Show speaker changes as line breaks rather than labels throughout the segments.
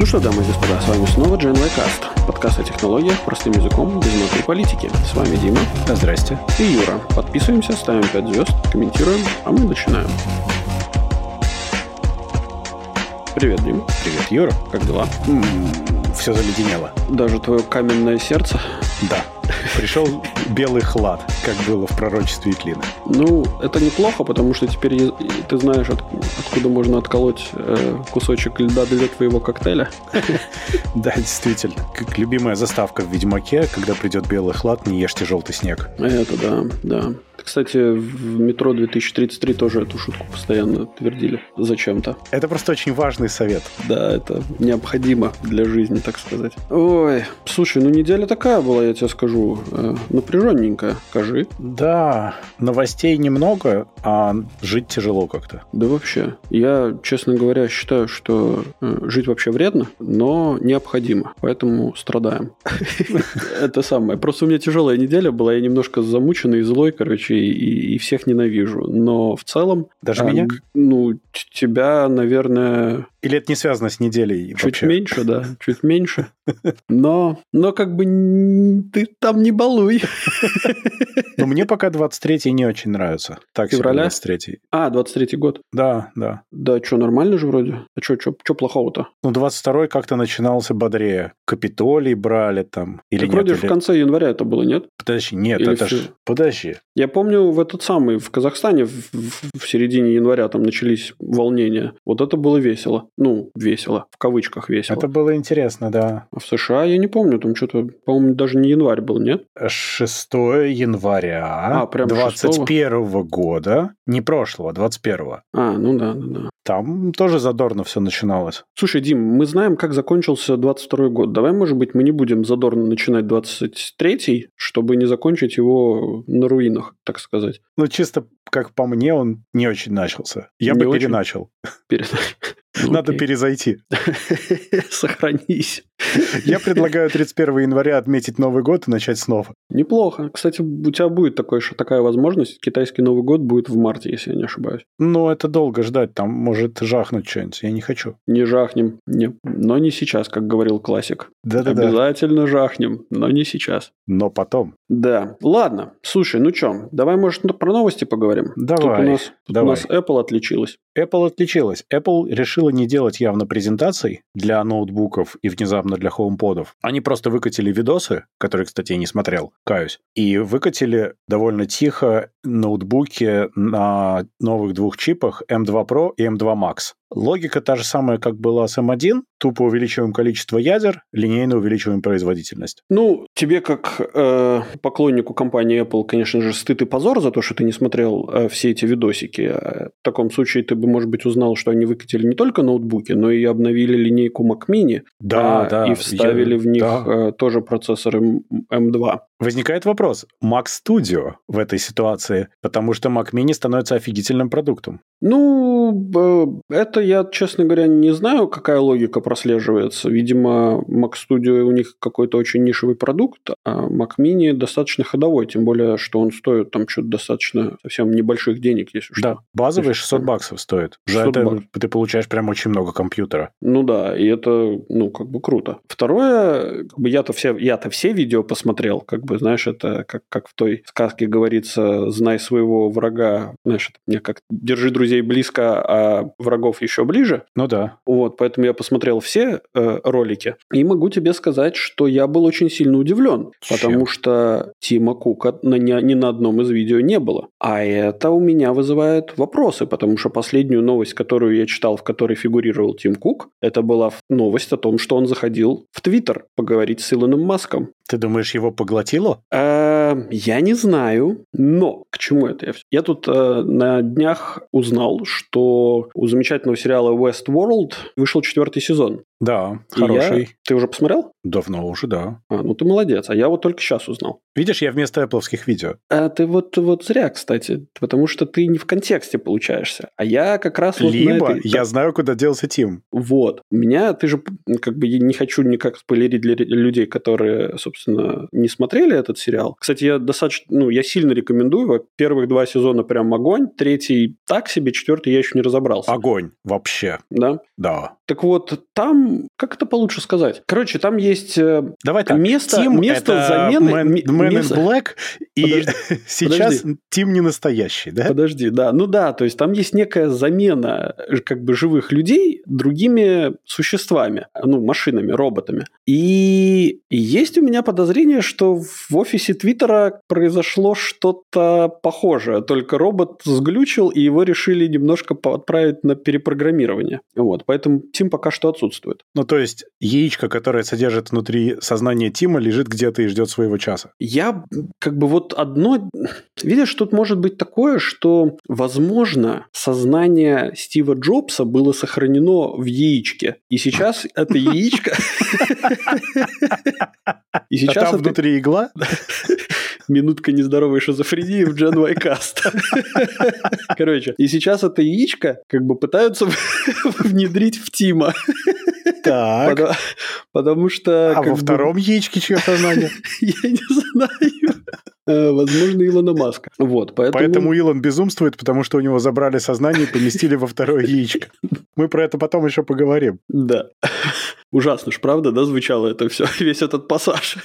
Ну что, дамы и господа, с вами снова Джен Лайкаст. Подкаст о технологиях простым языком без внутри политики. С вами Дима
А, Здрасте.
и Юра. Подписываемся, ставим 5 звезд, комментируем, а мы начинаем. Привет, Дим.
Привет, Юра.
Как дела?
Все заледенело.
Даже твое каменное сердце.
Да. Пришел белый хлад, как было в пророчестве Итлина.
Ну, это неплохо, потому что теперь и- и ты знаешь, от- откуда можно отколоть э, кусочек льда для твоего коктейля.
Да, действительно. Как любимая заставка в Ведьмаке, когда придет белый хлад, не ешьте желтый снег.
А Это да, да. Кстати, в метро 2033 тоже эту шутку постоянно твердили зачем-то.
Это просто очень важный совет.
Да, это необходимо для жизни, так сказать. Ой, слушай, ну неделя такая была, я тебе скажу, э, напряженненькая. Скажи.
Да, новостей немного, а жить тяжело как-то.
Да вообще. Я, честно говоря, считаю, что э, жить вообще вредно, но необходимо. Поэтому страдаем. Это самое. Просто у меня тяжелая неделя была. Я немножко замученный, и злой, короче, и- и и всех ненавижу. Но в целом...
Даже
а,
меня?
г- Ну, т- тебя, наверное,
Или это не связано с неделей
Чуть
вообще?
меньше, да, чуть меньше. Но, но как бы н- ты там не балуй.
Но Ну, мне пока 23-й не очень нравится. Так, себе
Февраля?
23-й.
А, 23-й год.
Да, да.
Да, что, нормально же вроде? А что, что, плохого-то?
Ну, 22-й как-то начинался бодрее. Капитолий брали там. Или
Так
нет,
вроде же
или-
в конце января это было, нет?
Подожди, нет,
Или
это
всё?
ж... Подожди.
Я помню в этот самый, в Казахстане в, в- в середине января там начались волнения. Вот это было весело. Ну, весело, в кавычках весело.
Это было интересно, да.
А в США я не помню, там что-то, по-моему, даже не январь был, нет?
6 января
А, прям
21 года, не прошлого, 21
А, ну да, да, да.
Там тоже задорно все начиналось.
Слушай, Дим, мы знаем, как закончился 22 год. Давай, может быть, мы не будем задорно начинать 23-й, чтобы не закончить его на руинах, так сказать.
Ну, чисто как по мне, он не очень начался. Я
Не
бы
очень.
переначал.
Перед- Ну,
Надо
окей.
перезайти.
Сохранись.
Я предлагаю 31 января отметить Новый год и начать снова.
Неплохо. Кстати, у тебя будет такой, ш- такая возможность. Китайский Новый год будет в марте, если я не ошибаюсь.
Но это долго ждать, там может жахнуть что-нибудь. Я не хочу.
Не жахнем. Не. Но не сейчас, как говорил классик.
Да-да-да.
Обязательно жахнем, но не сейчас.
Но потом.
Да. Ладно. Слушай, ну чё, давай, может, ну, про новости поговорим? Тут у
Давай.
нас, тут у
давай.
нас Apple отличилась.
Apple отличилась. Apple решила не делать явно презентаций для ноутбуков и внезапно для хоумподов. Они просто выкатили видосы, которые, кстати, я не смотрел, каюсь, и выкатили довольно тихо ноутбуки на новых двух чипах M2 Pro и M2 Max. Логика та же самая, как была с M1. Тупо увеличиваем количество ядер, линейно увеличиваем производительность.
Ну, тебе как э, поклоннику компании Apple, конечно же, стыд и позор за то, что ты не смотрел э, все эти видосики. Э, В таком случае ты бы, может быть, узнал, что они выкатили не только ноутбуки, но и обновили линейку Mac Mini а, и вставили
я-
в них
да.
э, тоже процессоры М- M2.
Возникает вопрос, Mac Studio в этой ситуации, потому что Mac Mini становится офигительным продуктом.
Ну, б- это я, честно говоря, не знаю, какая логика прослеживается. Видимо, Mac Studio у них какой-то очень нишевый продукт, а Mac Mini достаточно ходовой, тем более, что он стоит там что-то достаточно совсем небольших денег, если что.
Да, базовый
Слушай,
600
ну,
баксов стоит. Уже
600
это
баксов.
ты получаешь прям очень много компьютера.
Ну да, и это, ну, как бы круто. Второе, как бы я-то все, я-то все видео посмотрел, как бы, знаешь, это как, как в той сказке говорится, знай своего врага, знаешь, это мне как держи друзей близко, а врагов еще ближе.
Ну да.
Вот, поэтому я посмотрел все э, ролики и могу тебе сказать, что я был очень сильно удивлен,
Чем?
потому что Тима Кука на, ни, ни на одном из видео не было. А это у меня вызывает вопросы, потому что последнюю новость, которую я читал, в которой фигурировал Тим Кук, это была ф- новость о том, что он заходил в Твиттер поговорить с Илоном Маском.
Ты думаешь, его поглотило?
Э, Я не знаю, но к чему это я все? Я тут э, на днях узнал, что у замечательного сериала Westworld вышел четвертый сезон.
Да,
И я-
хороший.
Ты уже посмотрел?
Давно уже, да.
А, ну ты молодец, а я вот только сейчас узнал.
Видишь, я вместо эпловских видео.
А ты вот, вот зря, кстати, потому что ты не в контексте получаешься. А я как раз вот на
Либо
этой-
я знаю, куда делся Тим.
Вот. У меня, ты же, как бы, я не хочу никак спойлерить для ре- людей, которые, собственно, не смотрели этот сериал. Кстати, я достаточно, ну, я сильно рекомендую. Во- Первых два сезона прям огонь,
А
третий так себе, четвертый я еще не разобрался.
Огонь вообще.
Да?
Да.
Так вот, Там, как это получше сказать? Короче, там есть э,
Давай так.
место,
Тим
место
это
замены.
Man,
ме-
Man in
место-
Black, и
Подожди,
сейчас Тим не настоящий, да?
Подожди, да. Ну да, то есть там есть некая замена э, как бы живых людей другими существами, ну, машинами, роботами. И есть у меня подозрение, что в офисе Твиттера произошло что-то похожее, только робот сглючил, и его решили немножко по- отправить на перепрограммирование. Вот, поэтому Тим пока что отсутствует.
Ну, то есть яичко, которое содержит внутри сознания Тима, лежит где-то и ждет своего часа.
Я как бы вот одно... Видишь, тут может быть такое, что, возможно, сознание Стива Джобса было сохранено в яичке. И сейчас это яичко... И
а
сейчас
там
это
внутри игла?
минутка нездоровой шизофрении в Gen Y Cast. Короче, и сейчас это яичко как бы пытаются внедрить в Тима.
Так.
Подо- Потому что...
А
как
во
бы,
втором яичке чье сознание?
Я не знаю. Э, Возможно, Илона Маска. Вот,
Поэтому Илон безумствует, потому что у него забрали сознание и поместили во второе яичко. Мы про это потом еще поговорим.
Да. Ужасно ж, правда, да, звучало это все, весь этот пассаж.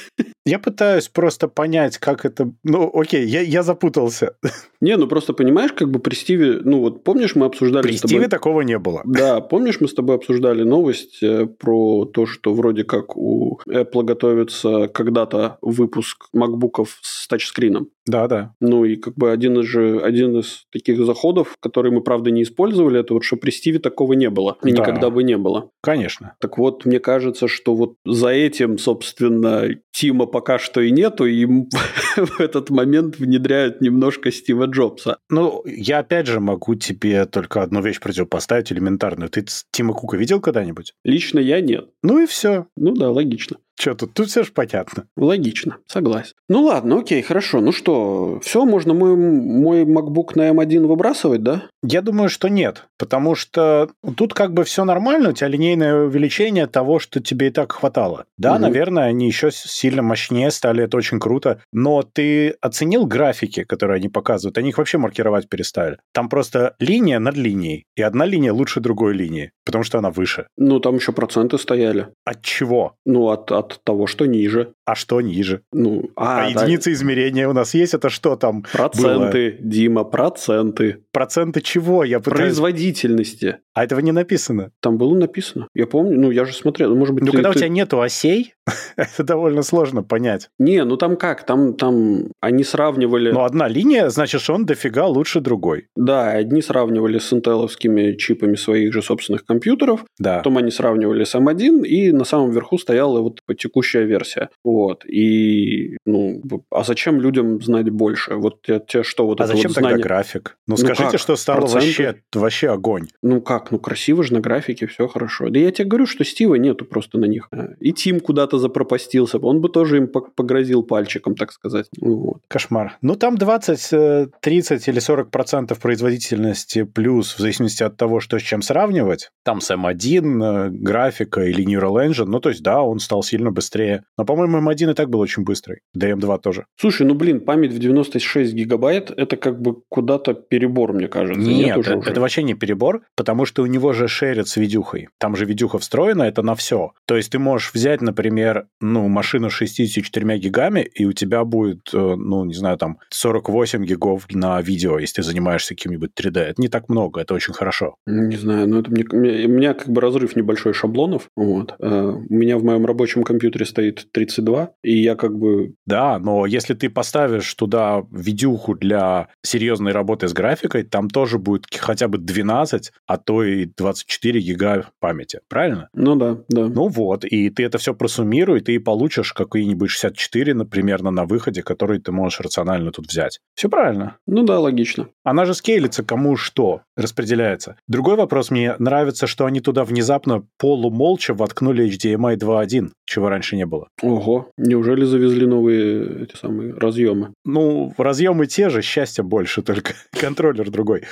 Я пытаюсь просто понять, как это... Ну, окей, я, я запутался.
Не, ну просто понимаешь, как бы при Стиве, ну вот помнишь, мы обсуждали
При
с тобой...
Стиве такого не было.
Да, помнишь, мы с тобой обсуждали новость э, про то, что вроде как у Apple готовится когда-то выпуск макбуков с тачскрином.
Да-да.
Ну и как бы один из, же, один из таких заходов, который мы, правда, не использовали, это вот что при Стиве такого не было. И
Да.
никогда бы не было.
Конечно.
Так вот, мне кажется, что вот за этим, собственно, Тима пока что и нету, и им в этот момент внедряют немножко Стива Джобса.
Ну, я опять же могу тебе только одну вещь противопоставить, элементарную. Ты Ц- Тима Кука видел когда-нибудь?
Лично я нет.
Ну и все.
Ну да, логично.
Че тут? Тут все же понятно.
Логично, согласен. Ну ладно, окей, хорошо. Ну что, все, можно мой, мой MacBook на M1 выбрасывать, да?
Я думаю, что нет, потому что тут как бы все нормально, у тебя линейное увеличение того, что тебе и так хватало. Да,
Мгм.
наверное, они еще с- сильно мощнее стали, это очень круто, но ты оценил графики, которые они показывают? Они их вообще маркировать перестали. Там просто линия над линией, и одна линия лучше другой линии, потому что она выше.
Ну там еще проценты стояли.
От чего?
Ну от, от того, что ниже.
А что ниже?
Ну, а,
А,
да,
единицы измерения у нас есть? Это что там?
проценты, Дима, проценты.
Проценты чего? Я пытаюсь...
Производительности.
А этого не написано.
Там было написано. Я помню, ну я же смотрел. Может быть,
Ну,
ты-
когда у
ты-
тебя нету осей, это довольно сложно понять.
Не, ну там как, там, там они сравнивали,
Но одна линия, значит, что он дофига лучше другой.
да, одни сравнивали с интеловскими чипами своих же собственных компьютеров,
Да.
потом они сравнивали с M1, и на самом верху стояла вот типа, текущая версия. Вот, и, ну, а зачем людям знать больше? Вот те, те, что вот
А
это
зачем
вот
тогда
знание?
график? Ну,
Ну
скажите,
как?
что стало
Проценты?
вообще, вообще огонь.
Ну как, ну красиво же на графике, все хорошо. Да я тебе говорю, что Стива нету просто на них. Э, И Тим куда-то запропастился, он бы тоже им пог- погрозил пальчиком, так сказать. Вот.
Кошмар. Ну, там 20, э, 30 или 40 процентов производительности плюс, в зависимости от того, что с чем сравнивать. Там с M1, э, графика или Neural Engine. Ну, то есть, да, он стал сильно быстрее. Но, по-моему, M1 и так был очень быстрый. Да и M2 тоже.
Слушай, ну блин, память в 96 гигабайт это как бы куда-то перебор, мне кажется.
Нет, э,
уже,
это,
уже?
это вообще не перебор, потому что у него же шерят с видюхой. Там же видюха встроена, это на все. То есть ты можешь взять, например, ну, машину с 64 гигами, и у тебя будет, э, ну, не знаю, там 48 гигов на видео, если ты занимаешься каким-нибудь 3D. Это не так много, это очень хорошо.
Не знаю, но это мне, мне- у меня как бы разрыв небольшой шаблонов. Вот. Э, У меня в моем рабочем компьютере стоит 32, и я как бы...
Да, но если ты поставишь туда видюху для серьезной работы с графикой, там тоже будет к- хотя бы 12, а то и 24 гига памяти. Правильно?
Ну да, да.
Ну вот, и ты это все просуммируй, и ты получишь какие-нибудь 64, например, на выходе, которые ты можешь рационально тут взять. Все правильно.
Ну да, логично.
Она же скейлится кому что, распределяется. Другой вопрос, мне нравится, что они туда внезапно полумолча воткнули HDMI 2.1, чего раньше не было.
Ого, неужели завезли новые эти самые разъемы.
Ну, разъемы те же, счастья больше, только контроллер другой.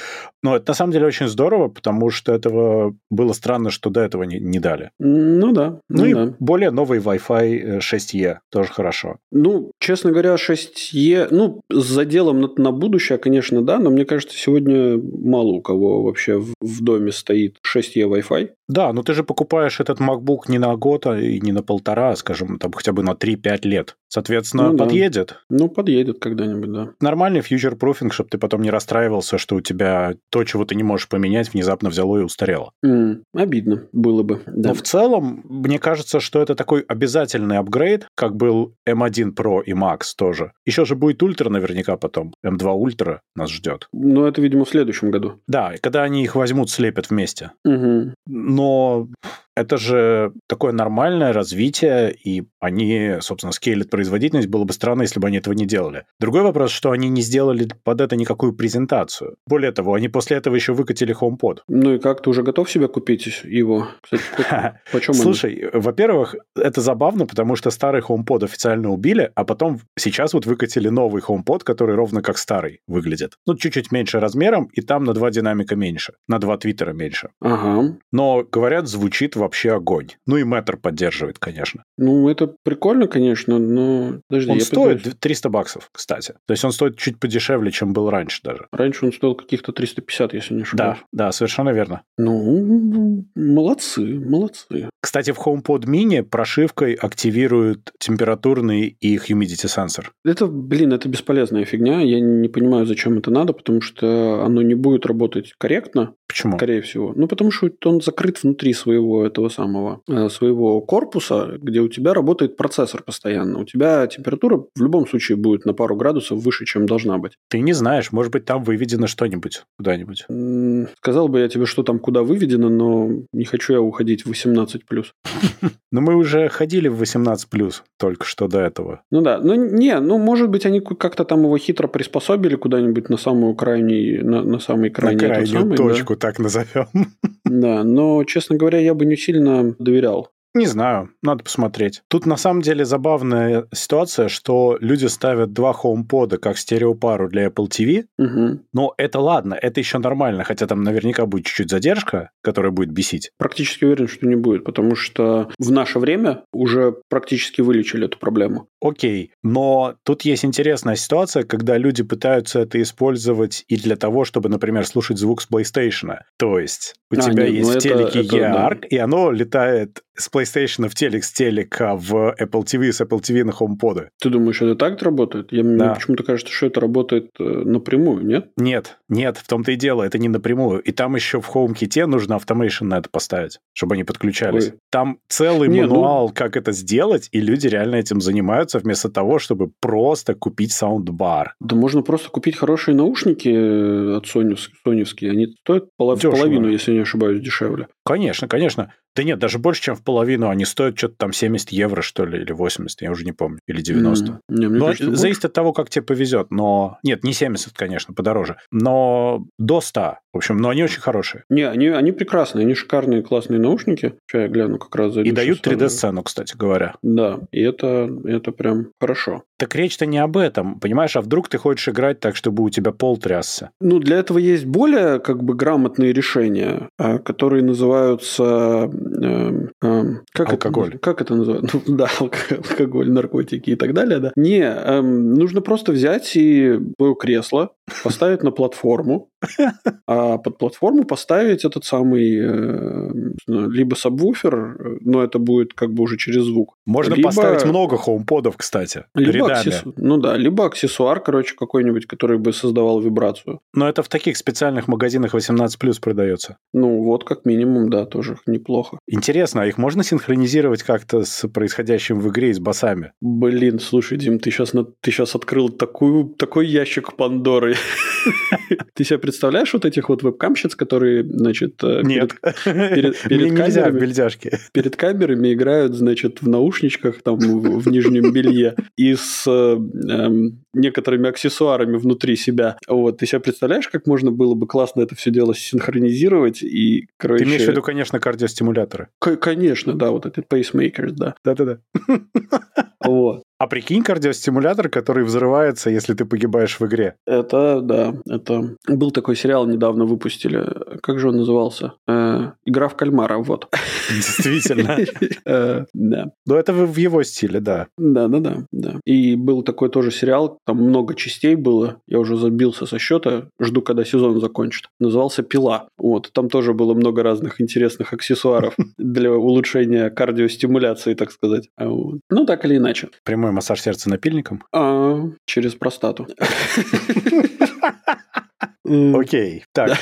Но это на самом деле очень здорово, потому что этого было странно, что до этого не, не дали.
Ну да.
Ну,
ну
и
да.
более новый Wi-Fi э, 6E тоже хорошо.
Ну, честно говоря, 6Е, ну, с заделом на, на будущее, конечно, да, но мне кажется, сегодня мало у кого вообще в, в доме стоит 6Е Wi-Fi.
Да, но ты же покупаешь этот MacBook не на год а и не на полтора, а, скажем, там хотя бы на 3-5 лет. Соответственно,
Ну да.
подъедет.
Ну, подъедет когда-нибудь, да.
Нормальный фьючер-пруфинг, чтобы ты потом не расстраивался, что у тебя то, чего ты не можешь поменять, внезапно взяло и устарело.
М, обидно было бы. Ну, Да.
Но в целом, мне кажется, что это такой обязательный апгрейд, как был M1 Pro и Max тоже. Еще же будет Ультра наверняка потом. M2 Ультра нас ждет.
Но ну, это, видимо, в следующем году.
Да, и когда они их возьмут, слепят вместе.
Мгм.
Но это же такое нормальное развитие, и они, собственно, скейлят производительность. Было бы странно, если бы они этого не делали. Другой вопрос, что они не сделали под это никакую презентацию. Более того, они после этого еще выкатили HomePod.
Ну и как, ты уже готов себе купить его? Кстати, по- почем они?
Слушай, во-первых, это забавно, потому что старый HomePod официально убили, а потом сейчас вот выкатили новый HomePod, который ровно как старый выглядит. Ну, чуть-чуть меньше размером, и там на два динамика меньше, на два твиттера меньше.
Ага.
Но, говорят, звучит вообще огонь. Ну и Мэтр поддерживает, конечно.
Ну, это прикольно, конечно, но... Подожди,
Он
я
стоит
пытаюсь-
300 баксов, кстати. То есть он стоит чуть подешевле, чем был раньше даже.
Раньше он стоил каких-то 350, если не ошибаюсь.
Да, да, совершенно верно.
Ну, молодцы, молодцы.
Кстати, в HomePod mini прошивкой активируют температурный и humidity сенсор.
Это, блин, это бесполезная фигня. Я не понимаю, зачем это надо, потому что оно не будет работать корректно,
Почему?
скорее всего. Ну, потому что он закрыт внутри своего этого самого, э, своего корпуса, где у тебя работает процессор постоянно. У тебя температура в любом случае будет на пару градусов выше, чем должна быть.
Ты не знаешь, может быть, там выведено что-нибудь куда-нибудь.
М, Сказал бы я тебе, что там куда выведено, но не хочу я уходить в 18+.
Но мы уже ходили в 18+, только что до этого.
Ну да, ну не, ну может быть они ку- как-то там его хитро приспособили куда-нибудь на самую крайний, на, на самый крайний
на
этот
крайнюю
самый, да.
точку, так назовем.
Да, но, честно говоря, я бы не сильно доверял.
Не знаю, надо посмотреть. Тут на самом деле забавная ситуация, что люди ставят два хоумпода как стереопару для Apple TV,
Мгм.
но это ладно, это еще нормально, хотя там наверняка будет чуть-чуть задержка, которая будет бесить.
Практически уверен, что не будет, потому что в наше время уже практически вылечили эту проблему.
Окей, но тут есть интересная ситуация, когда люди пытаются это использовать и для того, чтобы, например, слушать звук с PlayStation. То есть у
А,
тебя
нет, ну
есть в
это-
телеке
это да.
EARC, и оно летает с PlayStation в телек, с телека в Apple TV, с Apple TV на HomePod.
Ты думаешь, это так работает? Я,
Да.
Мне почему-то кажется, что это работает э, напрямую, нет?
Нет, нет, в том-то и дело, это не напрямую. И там еще в HomeKit нужно автомейшн на это поставить, чтобы они подключались.
Ой.
Там целый
Не, ну-
мануал, как это сделать, и люди реально этим занимаются, вместо того, чтобы просто купить саундбар.
Да можно просто купить хорошие наушники э, от Sony, соневские. Они стоят полов-
Дешево.
половину, если не ошибаюсь, дешевле.
Конечно, конечно. Да нет, даже больше, чем в половину. Они стоят что-то там 70 евро, что ли, или 80, я уже не помню, или 90.
М, не, мне
Но
кажется, больше.
зависит от того, как тебе повезет. Но нет, не 70, конечно, подороже. Но до 100. В общем, но они очень хорошие.
Не, они, они прекрасные, они шикарные, классные наушники. Сейчас я гляну как раз зайду
И дают
щас сразу.
3D-сцену, кстати говоря.
Да, и это, это прям хорошо.
Так речь-то не об этом, понимаешь? А вдруг ты хочешь играть так, чтобы у тебя пол трясся?
Ну, для этого есть более как бы грамотные решения, а, которые называются... эм, эм, как
Алкоголь.
Это, как это называется? Ну, да, алко- алкоголь, наркотики и так далее, да. Не, эм, нужно просто взять и свое кресло поставить на платформу, а под платформу поставить этот самый э, либо сабвуфер, э, но это будет как бы уже через звук,
Можно
Либо-
поставить много хоумподов, кстати,
Либо
рядами.
аксессу- Ну да, либо аксессуар, короче, какой-нибудь, который бы создавал вибрацию.
Но это в таких специальных магазинах 18+, продается.
Ну вот, как минимум, да, тоже неплохо.
Интересно, а их можно синхронизировать как-то с происходящим в игре и с басами?
Блин, слушай, Дим, ты сейчас, ты сейчас открыл такую, такой ящик Пандоры. Ты себе представляешь вот этих вот вебкамщиц, которые, значит, э, перед,
Нет.
перед-
Мне
перед
нельзя в
камерами?
бельдяшке.
перед камерами играют, значит, в наушничках, там, в, в нижнем белье и с э, эм, некоторыми аксессуарами внутри себя. Вот, ты себе представляешь, как можно было бы классно это все дело синхронизировать и, короче...
Ты имеешь в виду, конечно, кардиостимуляторы.
К- Конечно, да, вот эти пейсмейкеры, да.
Да-да-да.
Вот.
А прикинь, кардиостимулятор, который взрывается, если ты погибаешь в игре.
Это, да, это... Был такой сериал, недавно выпустили. Как же он назывался? Э, Игра в кальмара, вот.
Действительно.
Э, Да.
Но это в в его стиле, да.
Да, да, да, да. И был такой тоже сериал, там много частей было, я уже забился со счета, жду, когда сезон закончит. Назывался «Пила». Вот, там тоже было много разных интересных аксессуаров для улучшения кардиостимуляции, так сказать. А вот. Ну, так или иначе.
Прямой массаж сердца напильником.
А, через простату.
Окей, так,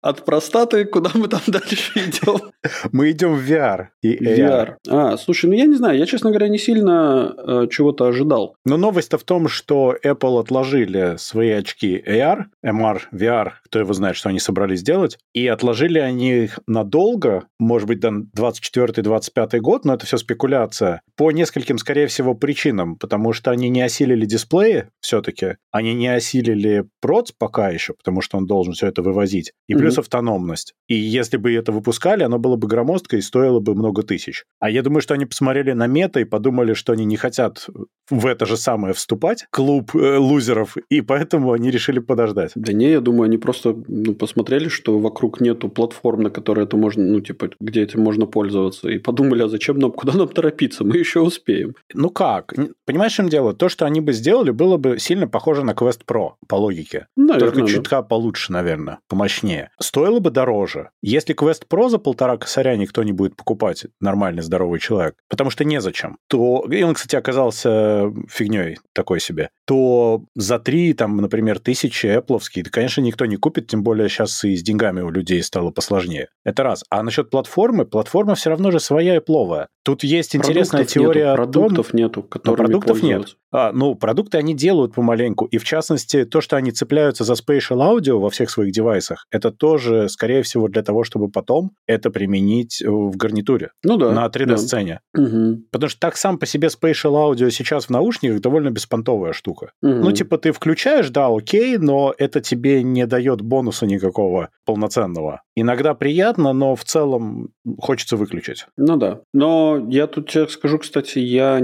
От простаты, куда мы там дальше идем?
мы идем в VR и э, AR.
VR. А, слушай, ну я не знаю, я, честно говоря, не сильно э, чего-то ожидал.
Но новость-то в том, что Apple отложили свои очки AR, MR, VR, кто его знает, что они собрались делать, и отложили они их надолго, может быть, до 24-25 год, но это все спекуляция, по нескольким, скорее всего, причинам, потому что они не осилили дисплеи все-таки, они не осилили проц пока еще, потому что он должен все это вывозить, и
Мгм.
плюс автономность. И если бы это выпускали, оно было бы громоздко и стоило бы много тысяч. А я думаю, что они посмотрели на мета и подумали, что они не хотят в это же самое вступать, клуб э, лузеров, и поэтому они решили подождать.
Да не, я думаю, они просто ну, посмотрели, что вокруг нету платформ, на которой это можно, ну, типа, где этим можно пользоваться, и подумали, а зачем нам, куда нам торопиться, мы еще успеем.
Ну как? Н- Понимаешь, в чем дело? То, что они бы сделали, было бы сильно похоже на Quest Pro по логике.
Наверное,
Только
да.
чутка получше, наверное, помощнее. Стоило бы дороже. Если Quest Pro за полтора косаря никто не будет покупать, нормальный здоровый человек, потому что незачем, то... И он, кстати, оказался фигней такой себе. То за три, там, например, тысячи эпловские, да, конечно, никто не купит, тем более сейчас и с деньгами у людей стало посложнее. Это раз. А насчет платформы, платформа все равно же своя эпловая. Тут есть интересная
Продуктов нету,
теория о том,
продуктов нету, которыми
продуктов нет.
пользоваться.
а, ну, продукты они делают помаленьку. И в частности, то, что они цепляются за spatial audio во всех своих девайсах, это тоже, скорее всего, для того, чтобы потом это применить э, в гарнитуре
Ну да.
на
да.
3D-сцене.
Мгм,
Потому что так сам по себе spatial audio сейчас в наушниках довольно беспонтовая штука.
мгм.
Ну, типа, ты включаешь, да, окей, но это тебе не дает бонуса никакого полноценного. Иногда приятно, но в целом хочется выключить.
Ну да. Но я тут тебе скажу, кстати, я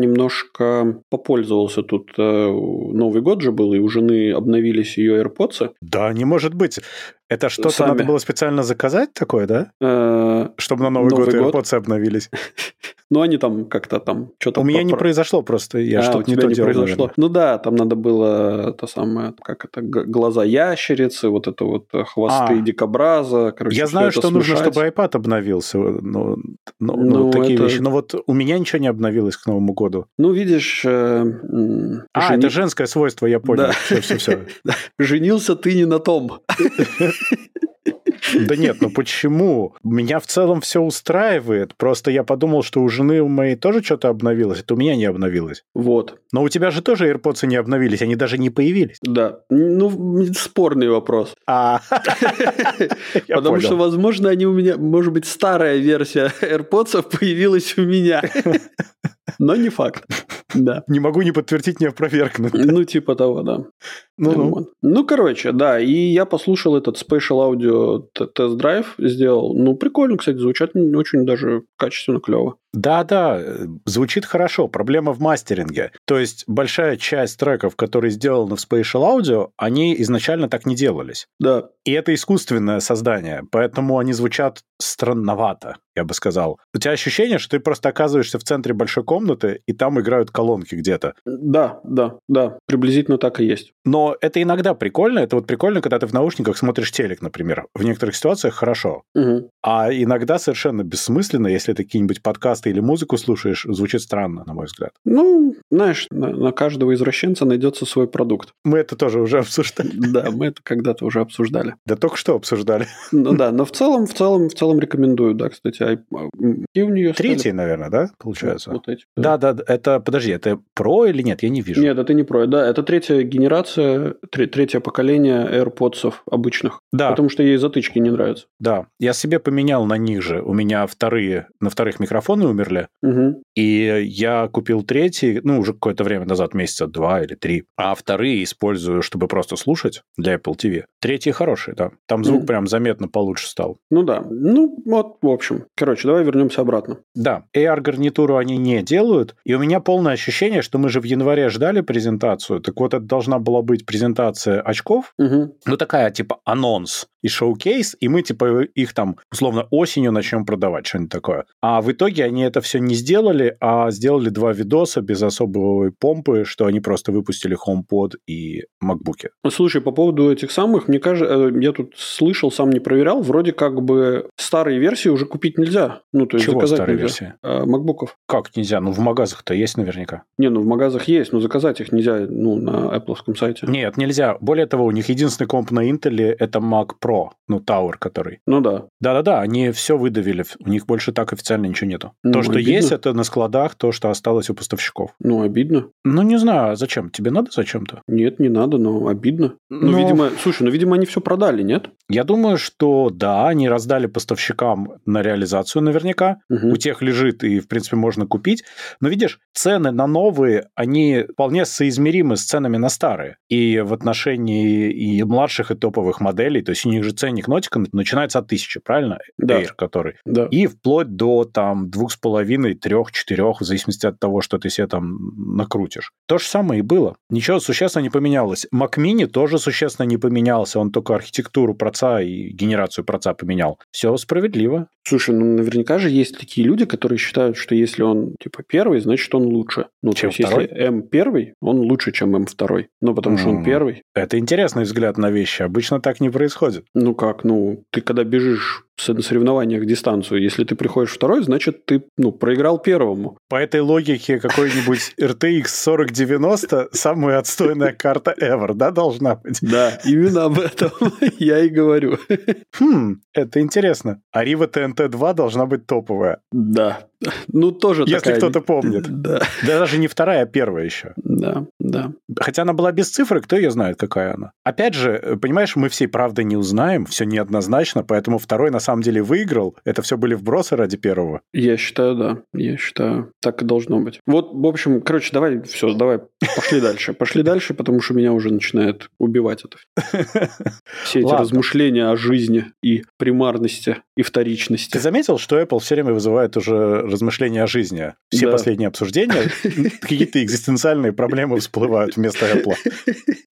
немножко попользовался тут. э, Новый год же был, и у жены обновились ее AirPods.
Да, не может быть. Это что-то
Сами.
надо было специально заказать такое, да?
Э,
Чтобы на Новый,
Новый
год,
год.
AirPods обновились.
Ну, они там как-то там что-то...
У меня не произошло просто, я
А, у
что-то не
тебя
то
не
делал,
произошло.
наверное.
Ну да, там надо было то самое, как это, г- глаза ящерицы, вот это вот э, хвосты
А.
дикобраза. Короче,
я
всё
знаю,
это
что нужно,
смешать.
чтобы iPad обновился. Ну, ну, ну,
Ну,
вот такие
это-
вещи. Но вот у меня ничего не обновилось к Новому году.
Ну, видишь... э, м,
А,
жени-
это женское свойство, я понял.
Да.
Все, все, все.
Женился ты не на том.
Да нет, ну почему? Меня в целом все устраивает. Просто я подумал, что у жены у моей тоже что-то обновилось, это у меня не обновилось.
Вот,
Но у тебя же тоже AirPods не обновились, они даже не появились.
да. Ну, м, спорный вопрос.
А, я
Потому
понял.
что, возможно, они у меня, может быть, старая версия AirPods появилась у меня. Но не факт. Да.
Не могу не подтвердить, не опровергнуть.
Ну, типа того, да.
Ну-ну.
Вот. Ну, короче, да, и я послушал этот Spatial Audio т- тест-драйв, сделал. Ну, прикольно, кстати, звучат н- очень даже качественно, клево.
Да-да, э, звучит хорошо. Проблема в мастеринге. То есть большая часть треков, которые сделаны в Spatial Audio, они изначально так не делались.
Да,
И это искусственное создание, поэтому они звучат странновато, я бы сказал. У тебя ощущение, что ты просто оказываешься в центре большой комнаты, и там играют колонки где-то.
да, да, да, приблизительно так и есть.
Но это иногда прикольно. Это вот прикольно, когда ты в наушниках смотришь телек, например. В некоторых ситуациях хорошо.
Мгм.
А иногда совершенно бессмысленно, если ты какие-нибудь подкасты или музыку слушаешь, звучит странно, на мой взгляд.
Ну, знаешь, на, на каждого извращенца найдется свой продукт.
Мы это тоже уже обсуждали.
Да, мы это когда-то уже обсуждали.
Да только что обсуждали.
Ну да, но в целом, в целом, в целом рекомендую, да, кстати. ай- а, м, какие у нее стали?
Третий, наверное, да, получается?
Вот эти.
Да, да, да, это, подожди, это про или нет, я не вижу.
Нет, это не про. Да, это третья генерация, тре- третье поколение AirPods обычных.
Да,
Потому что ей затычки не нравятся.
да, я себе поменял на них же, у меня вторые, на вторых микрофоны умерли,
Мгм.
и я купил третий, ну, уже какое-то время назад, месяца два или три, а вторые использую, чтобы просто слушать для Apple TV. Третий хороший, да. Там звук
Мгм.
прям заметно получше стал.
Ну да. Ну, вот, в общем. Короче, давай вернемся обратно.
Да, AR-гарнитуру они не делают, и у меня полное ощущение, что мы же в январе ждали презентацию, так вот это должна была быть презентация очков,
Мгм.
ну такая типа анонс и шоу-кейс, и мы типа их там условно осенью начнем продавать, что-нибудь такое. А в итоге они это все не сделали, а сделали два видоса без особой помпы, что они просто выпустили HomePod и MacBook.
Слушай, по поводу этих самых, мне кажется, э, я тут слышал, сам не проверял, вроде как бы старые версии уже купить нельзя. Ну, то есть
Чего
заказать
старая
нельзя.
версия?
Э, макбуков.
Как нельзя? Ну в магазах-то есть наверняка.
Не, ну в магазах есть, но заказать их нельзя ну, на Apple сайте.
Нет, нельзя. Более того, у них единственный комп на Intel это Mac Pro, ну Tower, который.
Ну да.
Да-да-да, они все выдавили. У них больше так официально ничего нету.
Ну,
то, что
обидно.
есть, это на складах, то, что осталось у поставщиков.
Ну, обидно.
Ну, не знаю, зачем? Тебе надо зачем-то?
Нет, не надо, но обидно. Ну,
Ну,
видимо, слушай, ну, видимо, они все продали, нет?
Я думаю, что да, они раздали поставщикам на реализацию наверняка.
Мгм.
У тех лежит и, в принципе, можно купить. Но видишь, цены на новые, они вполне соизмеримы с ценами на старые. И в отношении и младших, и топовых моделей, то есть у них же ценник нотика начинается от тысячи, правильно?
Да.
Air, который.
Да.
И вплоть до там двух с половиной, трех, четырех, в зависимости от того, что ты себе там накрутишь. То же самое и было. Ничего существенно не поменялось. Mac Mini тоже существенно не поменялся. Он только архитектуру проца и генерацию проца поменял. Все справедливо.
Слушай, ну наверняка же есть такие люди, которые считают, что если он типа первый, значит он лучше. Ну,
Чем
то есть,
второй?
если М первый, он лучше, чем М второй. Ну, потому что он
М.
первый.
Это интересный взгляд на вещи. Обычно так не происходит.
Ну как, ну, ты когда бежишь с- на соревнованиях дистанцию, если ты приходишь второй, значит ты, ну, проиграл первому.
По этой логике какой-нибудь RTX 4090 самая отстойная карта ever, да, должна быть?
Да, именно об этом я и говорю.
Хм, это интересно. А Riva TNT2 должна быть топовая.
Да. Ну, тоже
Если
такая-
кто-то помнит.
Да,
Да даже не вторая, а первая еще.
да, да.
Хотя она была без цифры, кто ее знает, какая она. Опять же, э, понимаешь, мы всей правды не узнаем, все неоднозначно, поэтому второй на самом деле выиграл. Это все были вбросы ради первого.
Я считаю, да. Я считаю, так и должно быть. Вот, в общем, короче, давай, все, давай, пошли дальше. Пошли дальше, потому что меня уже начинает убивать это. Все эти
Ладно.
размышления о жизни и примарности, и вторичности.
Ты заметил, что Apple все время вызывает уже размышления о жизни? Все
Да.
последние обсуждения, какие-то экзистенциальные проблемы всплывают вместо Apple.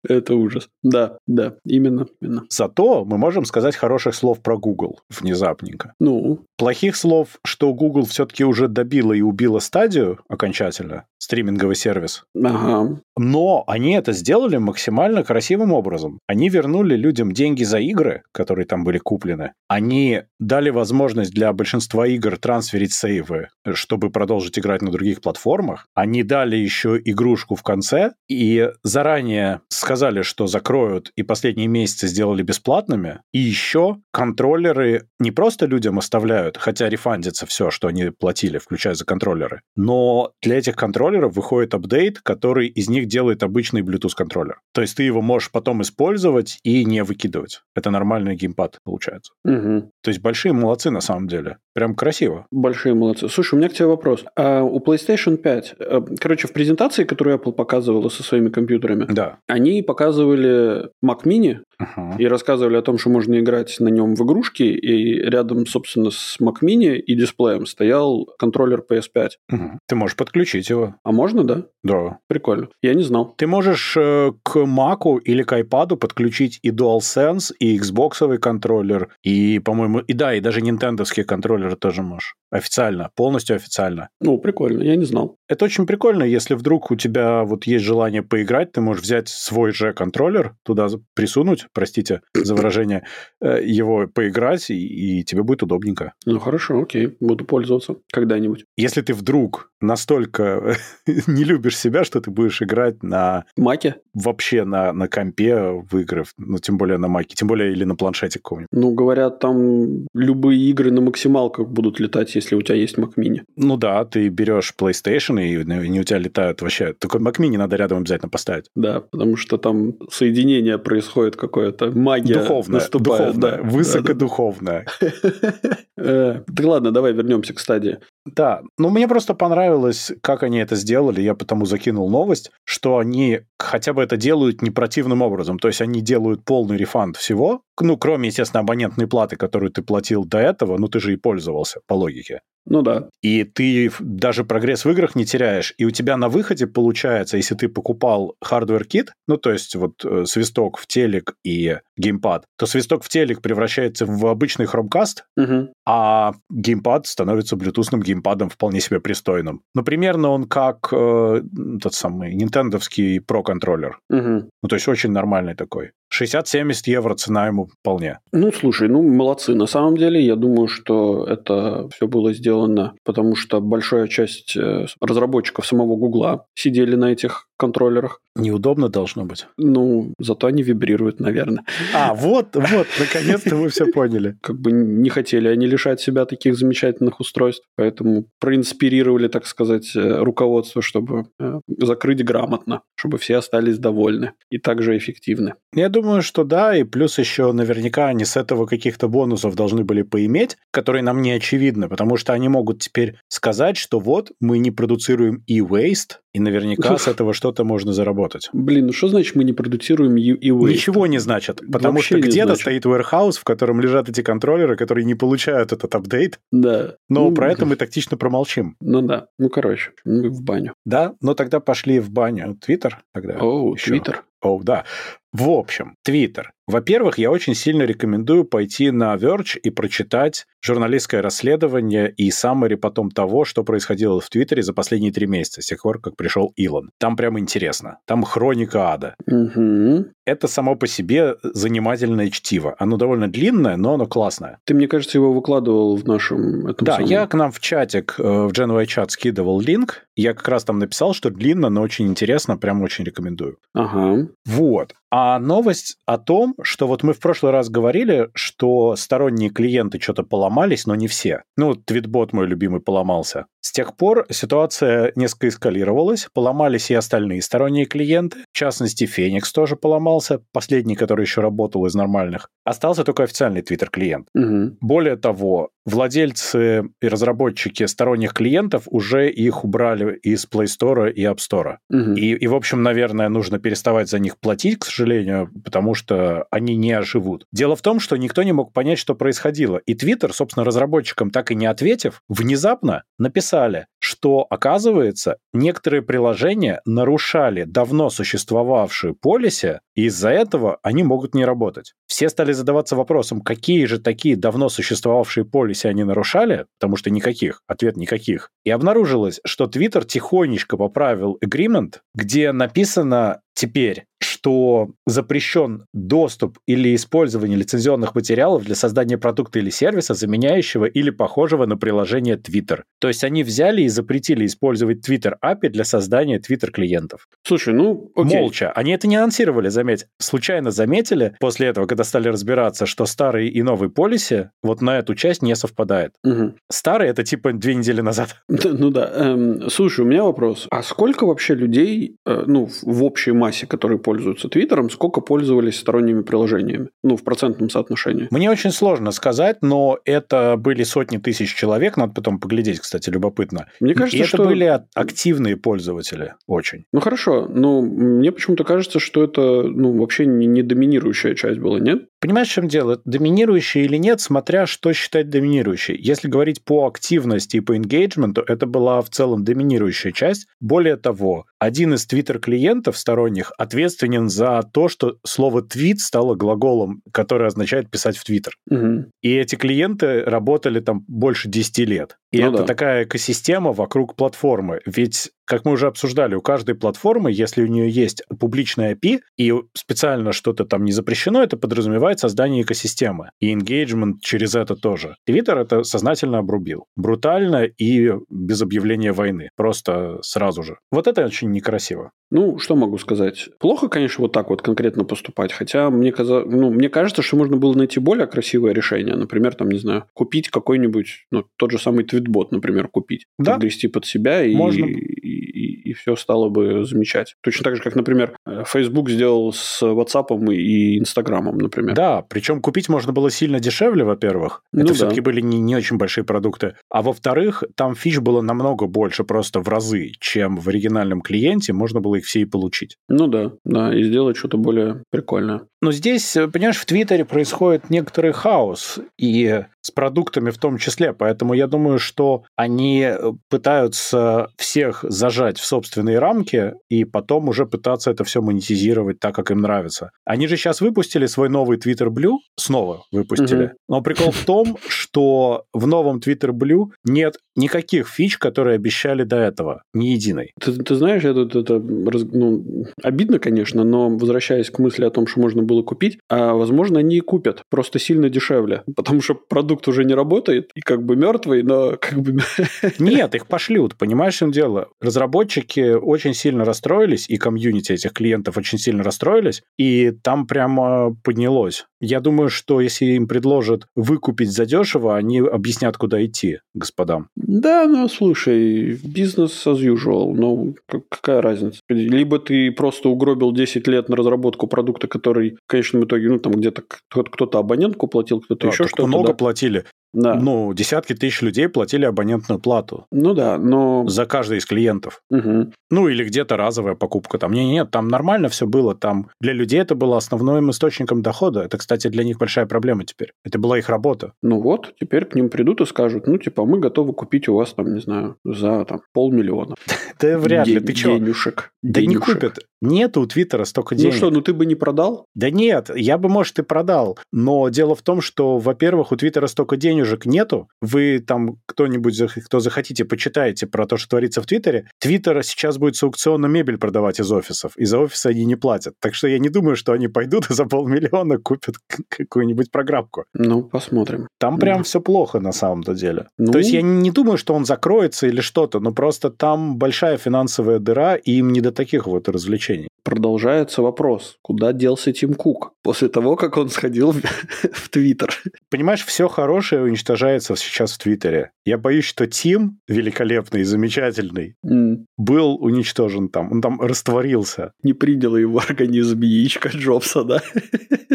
Это ужас. Да, да, именно, именно.
Зато мы можем сказать хороших слов про Google внезапненько.
Ну,
Плохих слов, что Google все-таки уже добила и убила стадию окончательно, стриминговый сервис,
ага.
Но они это сделали максимально красивым образом. Они вернули людям деньги за игры, которые там были куплены. Они дали возможность для большинства игр трансферить сейвы, э, чтобы продолжить играть на других платформах. Они дали еще игрушку в конце и заранее сказали, что закроют, и последние месяцы сделали бесплатными. И еще контроллеры не просто людям оставляют, хотя рефандится все, что они платили, включая за контроллеры, но для этих контроллеров выходит апдейт, который из них делает обычный Bluetooth-контроллер. То есть ты его можешь потом использовать и не выкидывать. Это нормальный геймпад получается.
Мгм.
То есть большие молодцы на самом деле. Прям красиво.
Большие молодцы. Слушай, у меня к тебе вопрос. А у PlayStation 5, э, короче, в презентации, которую Apple показывала со своими компьютерами,
Да.
они показывали Mac Mini,
Ага.
и рассказывали о том, что можно играть на нем в игрушки, и рядом, собственно, с Mac Mini и дисплеем стоял контроллер PS5.
Мгм. Ты можешь подключить его.
А можно, да?
Да.
Прикольно. Я не знал.
Ты можешь э, к Маку или к iPad подключить и DualSense, и Xbox контроллер, и, по-моему, и да, и даже нинтендовские контроллеры тоже можешь. Официально, полностью официально.
Ну, прикольно, я не знал.
Это очень прикольно, если вдруг у тебя вот есть желание поиграть, ты можешь взять свой же контроллер, туда за- присунуть, простите за выражение, э, его поиграть, и, и тебе будет удобненько.
Ну, хорошо, окей, буду пользоваться когда-нибудь.
Если ты вдруг настолько не любишь себя, что ты будешь играть на
Маке?
вообще на, на компе в игры, ну, тем более на маке, тем более или на планшете каком-нибудь.
Ну, говорят, там любые игры на максималках будут летать, если у тебя есть Mac Mini.
Ну да, ты берешь PlayStation, и они у тебя летают вообще. Такой Mac Mini надо рядом обязательно поставить.
Да, потому что там соединение происходит какое-то, магия
Духовная,
наступает.
духовная,
да.
высокодуховная.
Да, да. Э, Так ладно, давай вернемся к стадии.
Да, ну мне просто понравилось, как они это сделали, я потому закинул новость, что они хотя бы это делают не противным образом, то есть они делают полный рефанд всего, ну, кроме, естественно, абонентной платы, которую ты платил до этого, ну, ты же и пользовался, по логике.
Ну да.
И ты даже прогресс в играх не теряешь, и у тебя на выходе получается, если ты покупал hardware kit, ну, то есть вот э, свисток в телек и геймпад, то свисток в телек превращается в обычный хромкаст,
Мгм.
а геймпад становится блютусным геймпадом вполне себе пристойным. Ну, примерно он как э, тот самый нинтендовский Pro контроллер.
Мгм.
Ну, то есть очень нормальный такой. 60-70 евро цена ему вполне.
Ну, слушай, ну, молодцы. На самом деле, я думаю, что это все было сделано, потому что большая часть э, разработчиков самого Гугла сидели на этих контроллерах.
Неудобно должно быть.
Ну, зато они вибрируют, наверное.
А, вот, вот, наконец-то мы все поняли.
Как бы не хотели они лишать себя таких замечательных устройств, поэтому проинспирировали, так сказать, э, руководство, чтобы э, закрыть грамотно, чтобы все остались довольны и также эффективны.
Я думаю, что да, и плюс еще наверняка они с этого каких-то бонусов должны были поиметь, которые нам не очевидны, потому что они могут теперь сказать, что вот мы не продуцируем e-waste, и наверняка с этого что-то можно заработать.
Блин, ну что значит мы не продуцируем и
Ничего не значит, потому
Вообще
что
не
где-то
значит.
стоит warehouse, в котором лежат эти контроллеры, которые не получают этот апдейт,
Да.
но
Ну,
про это мы тактично промолчим.
Ну да. Ну, короче, мы в баню.
Да, но тогда пошли в баню. Твиттер тогда?
Оу,
еще.
Твиттер.
О, да. В общем, Твиттер. Во-первых, я очень сильно рекомендую пойти на Verge и прочитать журналистское расследование и саммари потом того, что происходило в Твиттере за последние три месяца, с тех пор, как пришел Илон. Там прям интересно. Там хроника ада.
Мгм.
Это само по себе занимательное чтиво. Оно довольно длинное, но оно классное.
Ты, мне кажется, его выкладывал в нашем... Этом
Да,
самом.
я к нам в чатик, э, в Genuine чат скидывал линк. Я как раз там написал, что длинно, но очень интересно. Прям очень рекомендую.
Ага.
Вот. А новость о том, что вот мы в прошлый раз говорили, что сторонние клиенты что-то поломались, но не все. Ну, вот твитбот мой любимый поломался. С тех пор ситуация несколько эскалировалась, поломались и остальные сторонние клиенты. В частности, Феникс тоже поломался, последний, который еще работал из нормальных. Остался только официальный твиттер-клиент.
Мгм.
Более того, владельцы и разработчики сторонних клиентов уже их убрали из Play Store и App Store.
Мгм.
И, и, в общем, наверное, нужно переставать за них платить, к сожалению, потому что они не оживут. Дело в том, что никто не мог понять, что происходило. И Twitter, собственно, разработчикам так и не ответив, внезапно написали, что, оказывается, некоторые приложения нарушали давно существовавшие полиси, и из-за этого они могут не работать. Все стали задаваться вопросом, какие же такие давно существовавшие полиси они нарушали, потому что никаких, ответ никаких. И обнаружилось, что Twitter тихонечко поправил agreement, где написано теперь, что запрещен доступ или использование лицензионных материалов для создания продукта или сервиса, заменяющего или похожего на приложение Twitter. То есть они взяли и запретили использовать Twitter API для создания Twitter клиентов.
Слушай, ну, окей.
Молча. Они это не анонсировали, заметь. Случайно заметили после этого, когда стали разбираться, что старые и новые полиси вот на эту часть не совпадает.
Мгм.
Старые — это типа две недели назад.
Да, Ну да. Эм, слушай, у меня вопрос. А сколько вообще людей, э, ну, в- в общей массе, которые пользуются Твиттером, сколько пользовались сторонними приложениями? Ну, в процентном соотношении.
Мне очень сложно сказать, но это были сотни тысяч человек. Надо потом поглядеть, кстати, любопытно.
Мне кажется,
И это
что...
были а- активные пользователи очень.
Ну, хорошо. Но мне почему-то кажется, что это, ну, вообще не, не доминирующая часть была, нет?
Понимаешь, в чем дело? Доминирующие или нет, смотря что считать доминирующей. Если говорить по активности и по engagement, это была в целом доминирующая часть. Более того, один из твиттер-клиентов сторонних ответственен за то, что слово «твит» стало глаголом, который означает «писать в твиттер».
Мгм.
И эти клиенты работали там больше 10 лет. И
Ну
это
да.
такая экосистема вокруг платформы. Ведь, как мы уже обсуждали, у каждой платформы, если у нее есть публичная API, и специально что-то там не запрещено, это подразумевает создание экосистемы. И engagement через это тоже. Твиттер это сознательно обрубил. Брутально и без объявления войны. Просто сразу же. Вот это очень некрасиво.
Ну, что могу сказать? Плохо, конечно, вот так вот конкретно поступать. Хотя мне, каза... ну, мне кажется, что можно было найти более красивое решение. Например, там, не знаю, купить какой-нибудь, ну, тот же самый твитбот, например, купить.
Да.
Подгрести под себя и...
Можно.
и- и- и и все стало бы замечать. Точно так же, как, например, э, Facebook сделал с WhatsApp и Instagram, например.
Да, причем купить можно было сильно дешевле, во-первых.
Ну
это
да.
все-таки были не, не очень большие продукты. А во-вторых, там фич было намного больше просто в разы, чем в оригинальном клиенте. Можно было их все и получить.
Ну да, да, и сделать что-то более прикольное.
Но здесь, э, понимаешь, в Твиттере происходит некоторый хаос, и с продуктами в том числе. Поэтому я думаю, что они э, пытаются всех зажать в собственные рамки и потом уже пытаться это все монетизировать так, как им нравится. Они же сейчас выпустили свой новый Twitter Blue, снова выпустили.
Мгм.
Но прикол в том, что в новом Twitter Blue нет никаких фич, которые обещали до этого. Ни единой.
Ты, ты знаешь, я тут это раз- ну, обидно, конечно, но возвращаясь к мысли о том, что можно было купить, а возможно, они и купят, просто сильно дешевле, потому что продукт уже не работает и как бы мертвый, но как бы
Нет, их пошлют, понимаешь, в чем дело? Разработчики очень сильно расстроились, и комьюнити этих клиентов очень сильно расстроились, и там прямо поднялось. Я думаю, что если им предложат выкупить задешево, они объяснят, куда идти, господам.
Да, ну слушай, бизнес as usual, ну к- какая разница? Либо ты просто угробил 10 лет на разработку продукта, который в конечном итоге, ну там где-то кто- кто-то абонентку платил, кто-то
А,
еще
так
что-то.
много
да.
платили.
Да. Ну...
Ну, десятки тысяч людей платили абонентную плату
да, но...
за каждый из клиентов.
Мгм.
Ну, или где-то разовая покупка там. Не, нет, там нормально все было. Там для людей это было основным источником дохода. Это, кстати, для них большая проблема теперь. Это была их работа.
Ну вот, теперь к ним придут и скажут, ну типа мы готовы купить у вас там, не знаю, за там полмиллиона.
Да вряд ли,
Ден-
ты чё?
Денюшек.
Да не
Денюшек.
купят. Нету у Твиттера столько
Ну
денег.
что, ну ты бы не продал?
Да нет, я бы, может, и продал. Но дело в том, что, во-первых, у Твиттера столько денежек нету. Вы там кто-нибудь, зах- кто захотите, почитаете про то, что творится в Твиттере. Твиттер сейчас будет с аукциона мебель продавать из офисов. И за офисы они не платят. Так что я не думаю, что они пойдут и за полмиллиона купят к- какую-нибудь программку.
Ну, посмотрим.
Там прям
Мгм.
все плохо на самом-то деле.
Ну.
То есть я не думаю, что он закроется или что-то, но просто там большая финансовая дыра, и им не до таких вот развлечений.
Продолжается вопрос, куда делся Тим Кук после того, как он сходил в- в Твиттер?
Понимаешь, все хорошее уничтожается сейчас в Твиттере. Я боюсь, что Тим, великолепный и замечательный,
М,
был уничтожен там. Он там растворился.
Не приняло его организм яичко Джобса, да?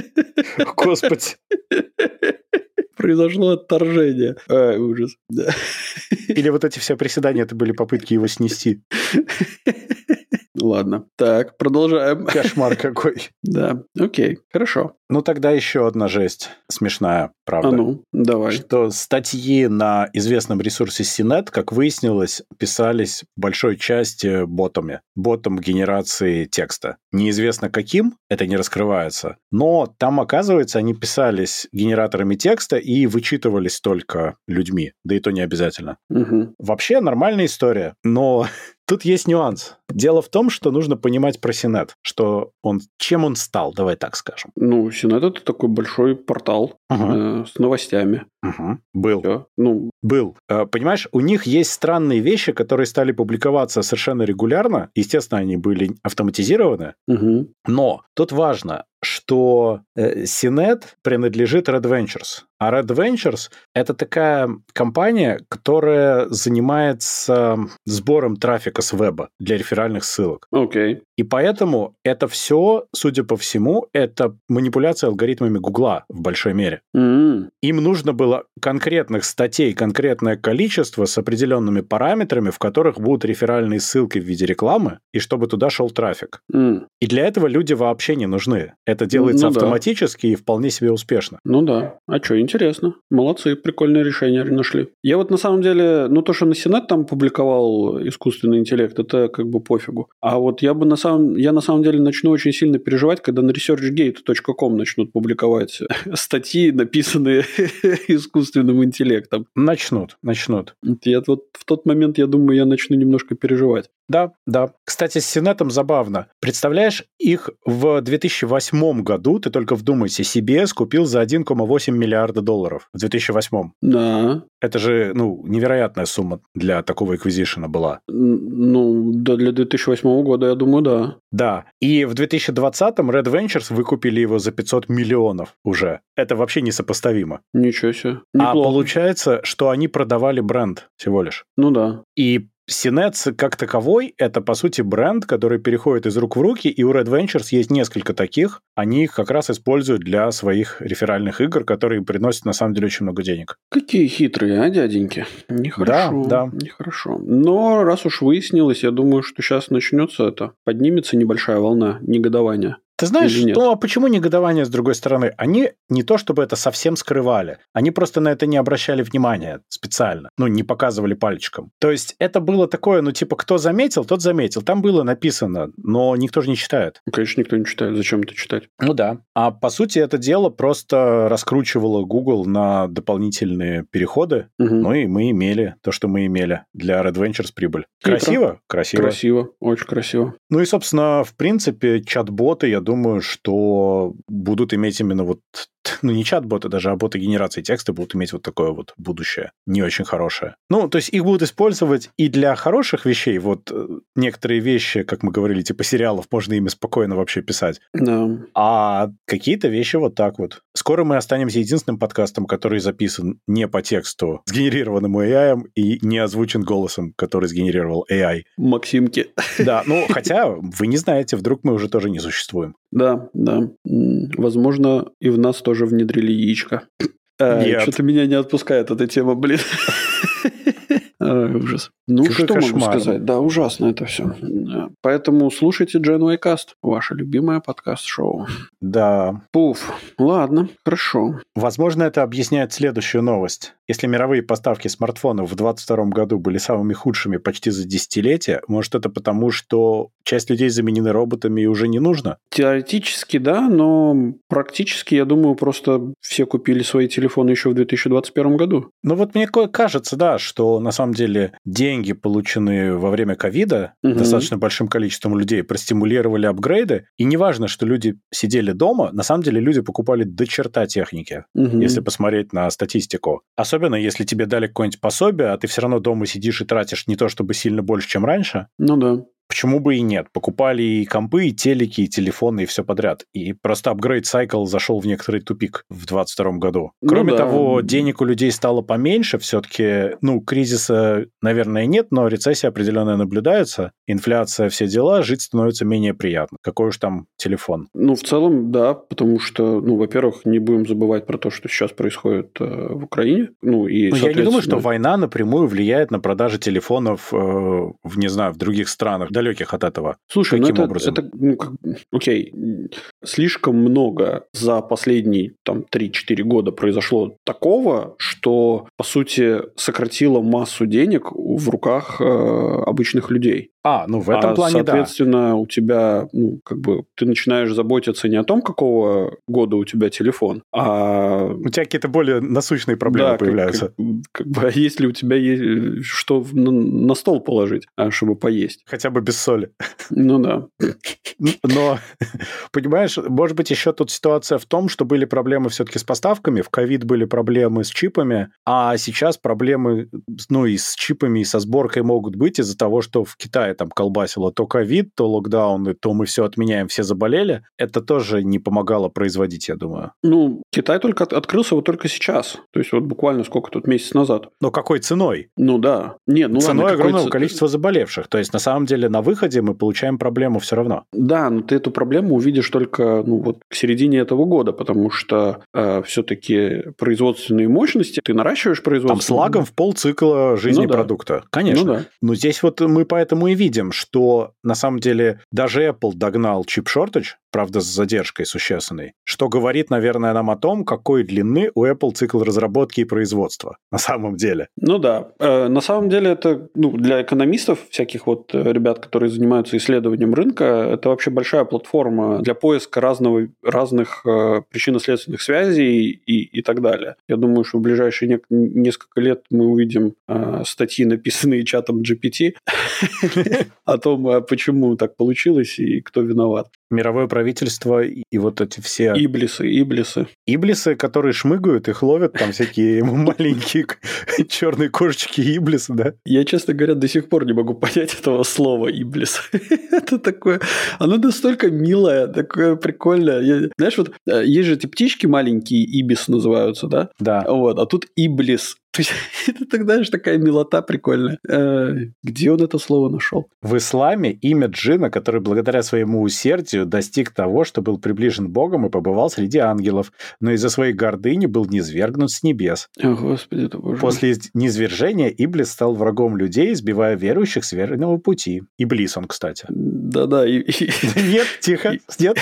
Господи.
Произошло отторжение. Ай, ужас. Да.
Или вот эти все приседания, это были попытки его снести.
Ладно. Так, продолжаем.
Кошмар какой.
Да, окей, хорошо.
Ну, тогда еще одна жесть. Смешная, правда.
А ну, давай.
Что статьи на известном ресурсе CNET, как выяснилось, писались в большой части ботами, ботом генерации текста. Неизвестно каким, это не раскрывается, но там, оказывается, они писались генераторами текста и вычитывались только людьми, да и то не обязательно.
Мгм.
Вообще нормальная история, но тут есть нюанс. Дело в том, что нужно понимать про Синет, что он, чем он стал, давай так скажем.
Ну, Синет это такой большой портал э, с новостями.
Мгм. Был.
Всё. Ну,
Был. Э, Понимаешь, у них есть странные вещи, которые стали публиковаться совершенно регулярно. Естественно, они были автоматизированы.
мгм.
Но тут важно, что Синет принадлежит Red Ventures. А Red Ventures — это такая компания, которая занимается сбором трафика с веба для реферальных ссылок.
окей.
И поэтому это все, судя по всему, это манипуляция алгоритмами Гугла в большой мере.
М,
Им нужно было конкретных статей, конкретное количество с определенными параметрами, в которых будут реферальные ссылки в виде рекламы, и чтобы туда шел трафик.
м.
И для этого люди вообще не нужны. Это делается
Ну да.
автоматически и вполне себе успешно.
Ну да. А что, интересно. Молодцы, прикольное решение нашли. Я вот на самом деле, ну то, что на Сенат там публиковал искусственный интеллект, это как бы пофигу. А вот я бы на самом, я на самом деле начну очень сильно переживать, когда на researchgate.com начнут публиковать статьи, написанные искусственным интеллектом.
Начнут, начнут.
Я вот в тот момент, я думаю, я начну немножко переживать.
Да, да. Кстати, с Сенатом забавно. Представляешь, их в 2008 году, ты только вдумайся, CBS купил за 1,8 миллиарда долларов в 2008.
Да.
Это же, ну, невероятная сумма для такого эквизишена была.
Н- Ну, да, для 2008 года, я думаю, да.
Да. И в 2020-м Red Ventures выкупили его за 500 миллионов уже. Это вообще несопоставимо.
Ничего себе.
А
Неплохо.
получается, что они продавали бренд всего лишь.
Ну да.
И Синец как таковой — это, по сути, бренд, который переходит из рук в руки, и у Red Ventures есть несколько таких. Они их как раз используют для своих реферальных игр, которые приносят, на самом деле, очень много денег.
Какие хитрые, а, дяденьки? Нехорошо.
Да, да.
Нехорошо. Но раз уж выяснилось, я думаю, что сейчас начнется это. Поднимется небольшая волна негодования.
Ты знаешь,
Или нет?
ну а почему негодование с другой стороны? Они не то чтобы это совсем скрывали, они просто на это не обращали внимания специально, ну, не показывали пальчиком. То есть это было такое, ну, типа, кто заметил, тот заметил. Там было написано, но никто же не читает.
Ну, Конечно, никто не читает. Зачем это читать?
Ну да. А по сути это дело просто раскручивало Google на дополнительные переходы,
Мгм.
ну и мы имели то, что мы имели для Red Ventures прибыль.
Хитро.
Красиво? Красиво.
красиво, очень красиво.
Ну и, собственно, в принципе, чат-боты, я думаю, что будут иметь именно вот... Ну, не чат-боты даже, а боты генерации текста будут иметь вот такое вот будущее, не очень хорошее. Ну, то есть их будут использовать и для хороших вещей. Вот э, некоторые вещи, как мы говорили, типа сериалов, можно ими спокойно вообще писать.
Да.
А какие-то вещи вот так вот. Скоро мы останемся единственным подкастом, который записан не по тексту, сгенерированному AI и не озвучен голосом, который сгенерировал AI.
Максимки.
Да, ну хотя вы не знаете, вдруг мы уже тоже не существуем.
Да, да. М, Возможно, и в нас тоже внедрили яичко.
Нет.
Что-то меня не отпускает эта тема, блин. Ай, Ужас. Ну,
Какой
что могу
кошмар.
сказать? Да, ужасно это все. Поэтому слушайте Genway Cast, ваше любимое подкаст-шоу.
Да.
Пуф. Ладно, хорошо.
Возможно, это объясняет следующую новость. Если мировые поставки смартфонов в 2022 году были самыми худшими почти за десятилетие, может, это потому, что часть людей заменены роботами и уже не нужно?
Теоретически, да, но практически, я думаю, просто все купили свои телефоны еще в 2021 году.
Ну вот мне кое- кажется, да, что на самом деле деньги, полученные во время ковида,
Мгм.
достаточно большим количеством людей, простимулировали апгрейды. И неважно, что люди сидели дома, на самом деле люди покупали до черта техники.
Мгм.
если посмотреть на статистику. Особенно, если тебе дали какое-нибудь пособие, а ты все равно дома сидишь и тратишь не то чтобы сильно больше, чем раньше.
Ну да.
Почему бы и нет? Покупали и компы, и телеки, и телефоны, и все подряд. И просто апгрейд сайкл зашел в некоторый тупик в 22 году.
Ну
Кроме
да.
того, денег у людей стало поменьше. Все-таки, ну, кризиса, наверное, нет, но рецессия определенная наблюдается. Инфляция, все дела, жить становится менее приятно. Какой уж там телефон.
Ну, в целом, да, потому что, ну, во-первых, не будем забывать про то, что сейчас происходит э, в Украине. Ну, и,
Ну, я не думаю, что
соответственно,
война напрямую влияет на продажи телефонов, э, в, не знаю, в других странах, далеких от этого.
Слушай, ну
каким
это,
образом?
это, ну, как, окей, м, слишком много за последние там 3-4 года произошло такого, что, по сути, сократило массу денег в руках э, обычных людей.
А, ну в этом
А,
плане да.
соответственно, у тебя, ну, как бы, ты начинаешь заботиться не о том, какого года у тебя телефон, а
У тебя какие-то более насущные проблемы
Да, как-
появляются.
Как, как бы, а если у тебя есть э, что в- на, на стол положить, а, чтобы поесть?
Хотя бы без соли.
Ну да.
Но, понимаешь, может быть, еще тут ситуация в том, что были проблемы все-таки с поставками, в ковид были проблемы с чипами, а сейчас проблемы, ну, и с чипами, и со сборкой могут быть из-за того, что в Китае там колбасило то ковид, то локдауны, то мы все отменяем, все заболели. Это тоже не помогало производить, я думаю.
Ну, Китай только от- открылся вот только сейчас. То есть вот буквально сколько тут, месяц назад.
Но какой ценой?
Ну да. Не, ну ладно,
ценой
какой
огромного
ц-
количества заболевших. То есть, на самом деле, на выходе мы получаем проблему все равно.
Да, но ты эту проблему увидишь только ну, вот к середине этого года, потому что все-таки производственные мощности, ты наращиваешь производство.
Там с лагом в полцикла жизни
Ну да.
продукта.
Ну
Конечно.
да.
Но здесь вот мы поэтому и видим, что на самом деле даже Apple догнал чип шортаж правда, с задержкой существенной, что говорит, наверное, нам о том, какой длины у Apple цикл разработки и производства на самом деле.
Ну да, Э, на самом деле это ну, для экономистов, всяких вот э, ребят, которые занимаются исследованием рынка, это вообще большая платформа для поиска разного, разных э, причинно-следственных связей и, и так далее. Я думаю, что в ближайшие нек- несколько лет мы увидим э, статьи, написанные чатом GPT, о том, э, почему так получилось и кто виноват.
Мировое правительство и, и вот эти все
Иблисы, иблисы.
иблисы, которые шмыгают, их ловят, там всякие маленькие черные кошечки иблисы, да?
Я, честно говоря, до сих пор не могу понять этого слова «иблис». Это такое... Оно настолько милое, такое прикольное. Я- Знаешь, вот э, есть же эти птички маленькие, ибис называются, да?
Да.
Вот, а тут иблис. То есть это тогда же такая милота прикольная. Э, Где он это слово нашел?
В исламе имя джина, который благодаря своему усердию достиг того, что был приближен Богом и побывал среди ангелов, но из-за своей гордыни был низвергнут с небес.
О, господи, это боже.
После из- низвержения Иблис стал врагом людей, избивая верующих с верного пути. Иблис он, кстати.
Да-да, и- и-
Нет, тихо. Нет,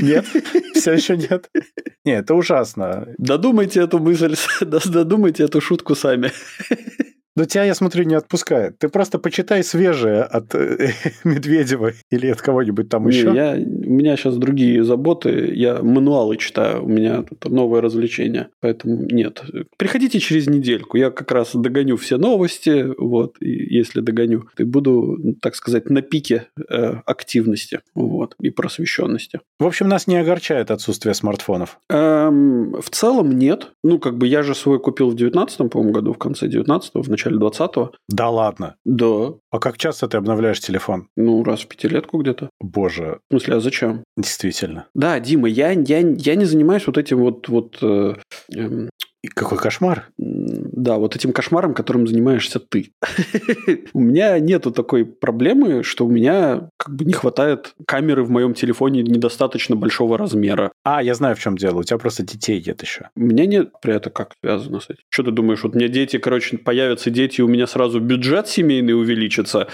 нет. Все еще нет. Нет, это ужасно.
Додумайте эту мысль, додумайте эту шутку сами.
Но тебя, я смотрю, не отпускает. Ты просто почитай свежее от э, Медведева или от кого-нибудь там
Не,
еще.
я, у меня сейчас другие заботы, я мануалы читаю, у меня тут новое развлечение, поэтому нет. Приходите через недельку, я как раз догоню все новости, вот, и если догоню, и буду, так сказать, на пике э, активности, вот, и просвещенности.
В общем, нас не огорчает отсутствие смартфонов.
Эм, в целом нет, ну, как бы я же свой купил в 19 по-моему, году, в конце 19-го, в начале 20-го.
Да ладно.
Да,
А как часто ты обновляешь телефон?
ну, раз в пятилетку где-то.
Боже,
В смысле, а зачем?
действительно.
Да, Дима, я, я, я не занимаюсь вот этим вот, вот э, эм,
И какой кошмар.
м, да, вот этим кошмаром, которым занимаешься ты. У меня нету такой проблемы, что у меня как бы не хватает камеры в моем телефоне недостаточно большого размера.
А, я знаю, в чем дело. У тебя просто детей нет еще.
У меня нет... При это как связано с этим? Что ты думаешь, вот у меня дети, короче, появятся дети, и у меня сразу бюджет семейный увеличится?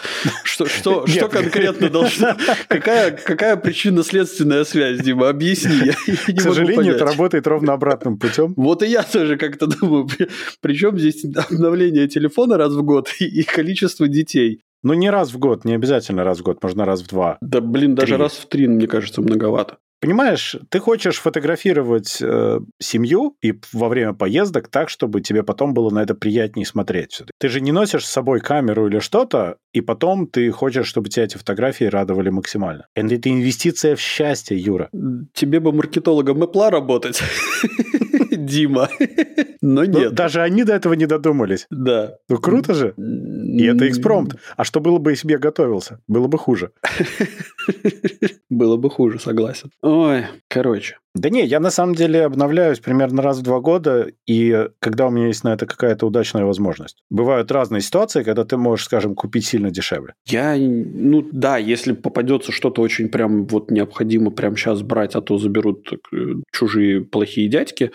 Что, что,
Нет.
что конкретно должно... Какая, какая причинно-следственная связь, Дима? Объясни. Я не
К
могу
сожалению, это
понять.
работает ровно обратным путем.
Вот и я тоже как-то думаю, при- причем здесь обновление телефона раз в год и, и количество детей.
Ну, не раз в год, не обязательно раз в год, можно раз в два.
Да, блин, даже
Три.
раз в три, мне кажется, многовато.
Понимаешь, ты хочешь фотографировать э, семью и п- во время поездок так, чтобы тебе потом было на это приятнее смотреть. всё-таки. Ты же не носишь с собой камеру или что-то, и потом ты хочешь, чтобы тебя эти фотографии радовали максимально. Это это инвестиция в счастье, Юра.
Тебе бы маркетологом Мэпла работать, Дима. Но
Ну,
нет.
даже они до этого не додумались.
Да.
Ну, круто же. И
И
это экспромт. А что было бы, если бы я готовился? Было бы хуже.
Было бы хуже, согласен. Ой, короче.
Да не, я на самом деле обновляюсь примерно раз в два года, и когда у меня есть на это какая-то удачная возможность. Бывают разные ситуации, когда ты можешь, скажем, купить сильно дешевле.
Я, ну да, если попадется что-то очень прям вот необходимо прям сейчас брать, а то заберут так, э, чужие плохие дядьки,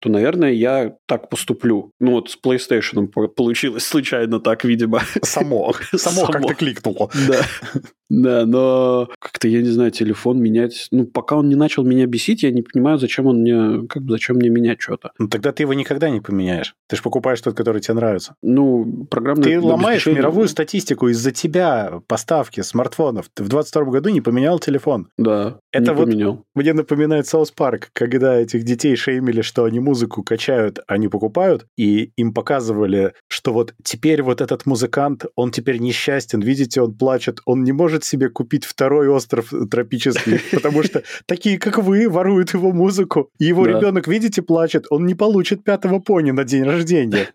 то, наверное, я так поступлю. Ну вот с PlayStation по- получилось случайно так, видимо.
Само. Само
Само.
как-то кликнуло.
Да. Да, но как-то, я не знаю, телефон менять... Ну, пока он не начал меня бесить, я не понимаю, зачем он мне... Как бы зачем мне менять что-то.
Ну, тогда ты его никогда не поменяешь. Ты же покупаешь тот, который тебе нравится.
Ну, программное
Ты ломаешь
обеспечение-
мировую статистику из-за тебя поставки смартфонов. Ты в 22 году не поменял телефон.
Да,
Это
не
вот-
поменял.
Мне напоминает Саус Парк, когда этих детей шеймили, что они музыку качают, а не покупают, и им показывали, что вот теперь вот этот музыкант, он теперь несчастен, видите, он плачет, он не может себе купить второй остров тропический, потому что такие, как вы, воруют его музыку, и его
Да.
ребенок, видите, плачет, он не получит пятого пони на день рождения.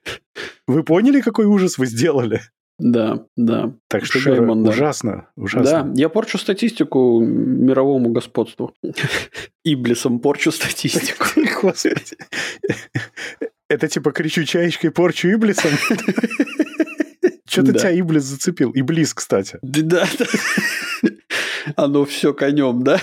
Вы поняли, какой ужас вы сделали?
Да, да.
Так что
Shame
Юра,
on them.
ужасно, ужасно.
Да, я порчу статистику мировому господству. Иблисом порчу статистику.
Господи. Это типа кричу чаечкой, порчу Иблисом. Что-то
Да.
тебя Иблис зацепил. Иблис, кстати.
Да, да. А Оно все конем, да?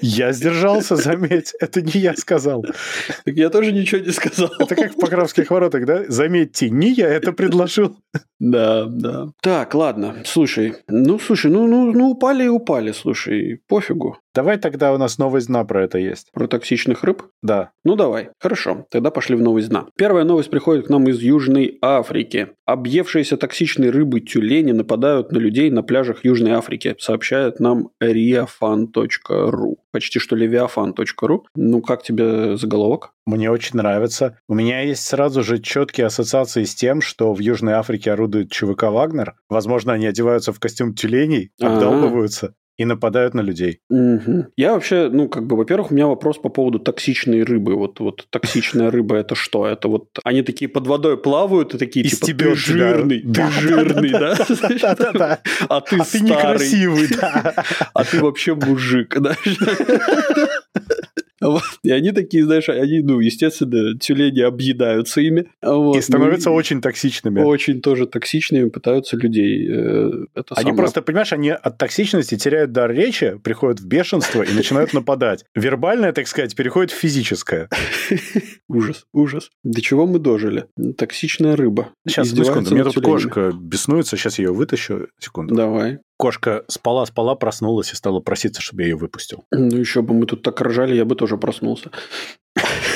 Я сдержался, заметь. Это не я сказал.
Так я тоже ничего не сказал.
Это как в Покровских воротах, да? Заметьте, не я это предложил.
Да, да. Так, ладно, слушай. Ну, слушай, ну, ну, ну упали и упали, слушай. Пофигу.
Давай тогда у нас новость дна про это есть.
Про токсичных рыб.
Да.
Ну давай, хорошо, тогда пошли в новость дна. Первая новость приходит к нам из Южной Африки. Объевшиеся токсичные рыбы тюлени нападают на людей на пляжах Южной Африки, сообщает нам riafan.ru. Почти что leviafan.ru. Ну как тебе заголовок?
Мне очень нравится. У меня есть сразу же четкие ассоциации с тем, что в Южной Африке орудует ЧВК «Вагнер». Возможно, они одеваются в костюм тюленей,
Ага.
обдалбываются и нападают на людей.
Мгм. Я вообще, ну как бы, во-первых, у меня вопрос по поводу токсичной рыбы. Вот, вот токсичная рыба это что? Это вот они такие под водой плавают и такие
И
типа ты
стебёт тебя».
жирный, ты
Да,
жирный, да?
Да-да-да.
А ты
А ты
старый.
некрасивый, да.
А ты вообще мужик, да? Вот. И они такие, знаешь, они, ну, естественно, тюлени объедаются ими. Вот.
И становятся
Ну, и
очень токсичными.
очень тоже токсичными, пытаются людей. э, Это
Они
самое.
просто, понимаешь, они от токсичности теряют дар речи, приходят в бешенство и начинают нападать. Вербальное, так сказать, переходит в физическое.
Ужас, ужас. До чего мы дожили? Токсичная рыба.
Сейчас, одну
Издевается
секунду, у меня
над
тут
тюленями.
кошка беснуется, сейчас я ее вытащу. Секунду.
Давай.
Кошка спала-спала, проснулась и стала проситься, чтобы я ее выпустил.
Ну еще бы мы тут так ржали, я бы тоже проснулся.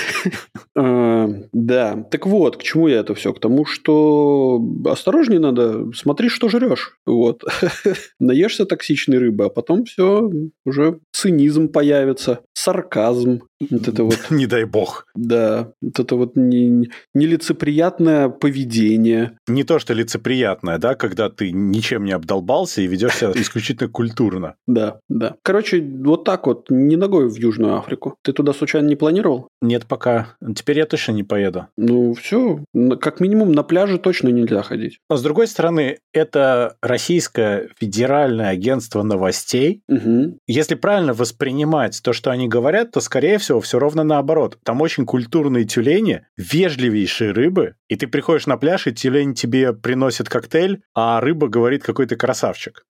Э, Да, так вот, к чему я это все? К тому, что осторожнее надо, смотри, что жрешь. Вот. Наешься токсичной рыбы, а потом все, уже цинизм появится, сарказм. Вот это вот,
Не дай бог.
да, вот это вот не- нелицеприятное поведение.
Не то, что лицеприятное, да, когда ты ничем не обдолбался и ведешь себя исключительно культурно.
Да, да. Короче, вот так вот, не ногой в Южную Африку. Ты туда случайно не планировал?
Нет, пока. Теперь я точно не поеду.
Ну, все. Как минимум, на пляже точно нельзя ходить.
Но, с другой стороны, это российское федеральное агентство новостей,
Угу.
если правильно воспринимать то, что они говорят, то, скорее всего, все ровно наоборот. Там очень культурные тюлени, вежливейшие рыбы, и ты приходишь на пляж, и тюлень тебе приносит коктейль, а рыба говорит какой-то красавчик.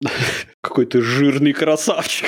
Какой ты жирный красавчик.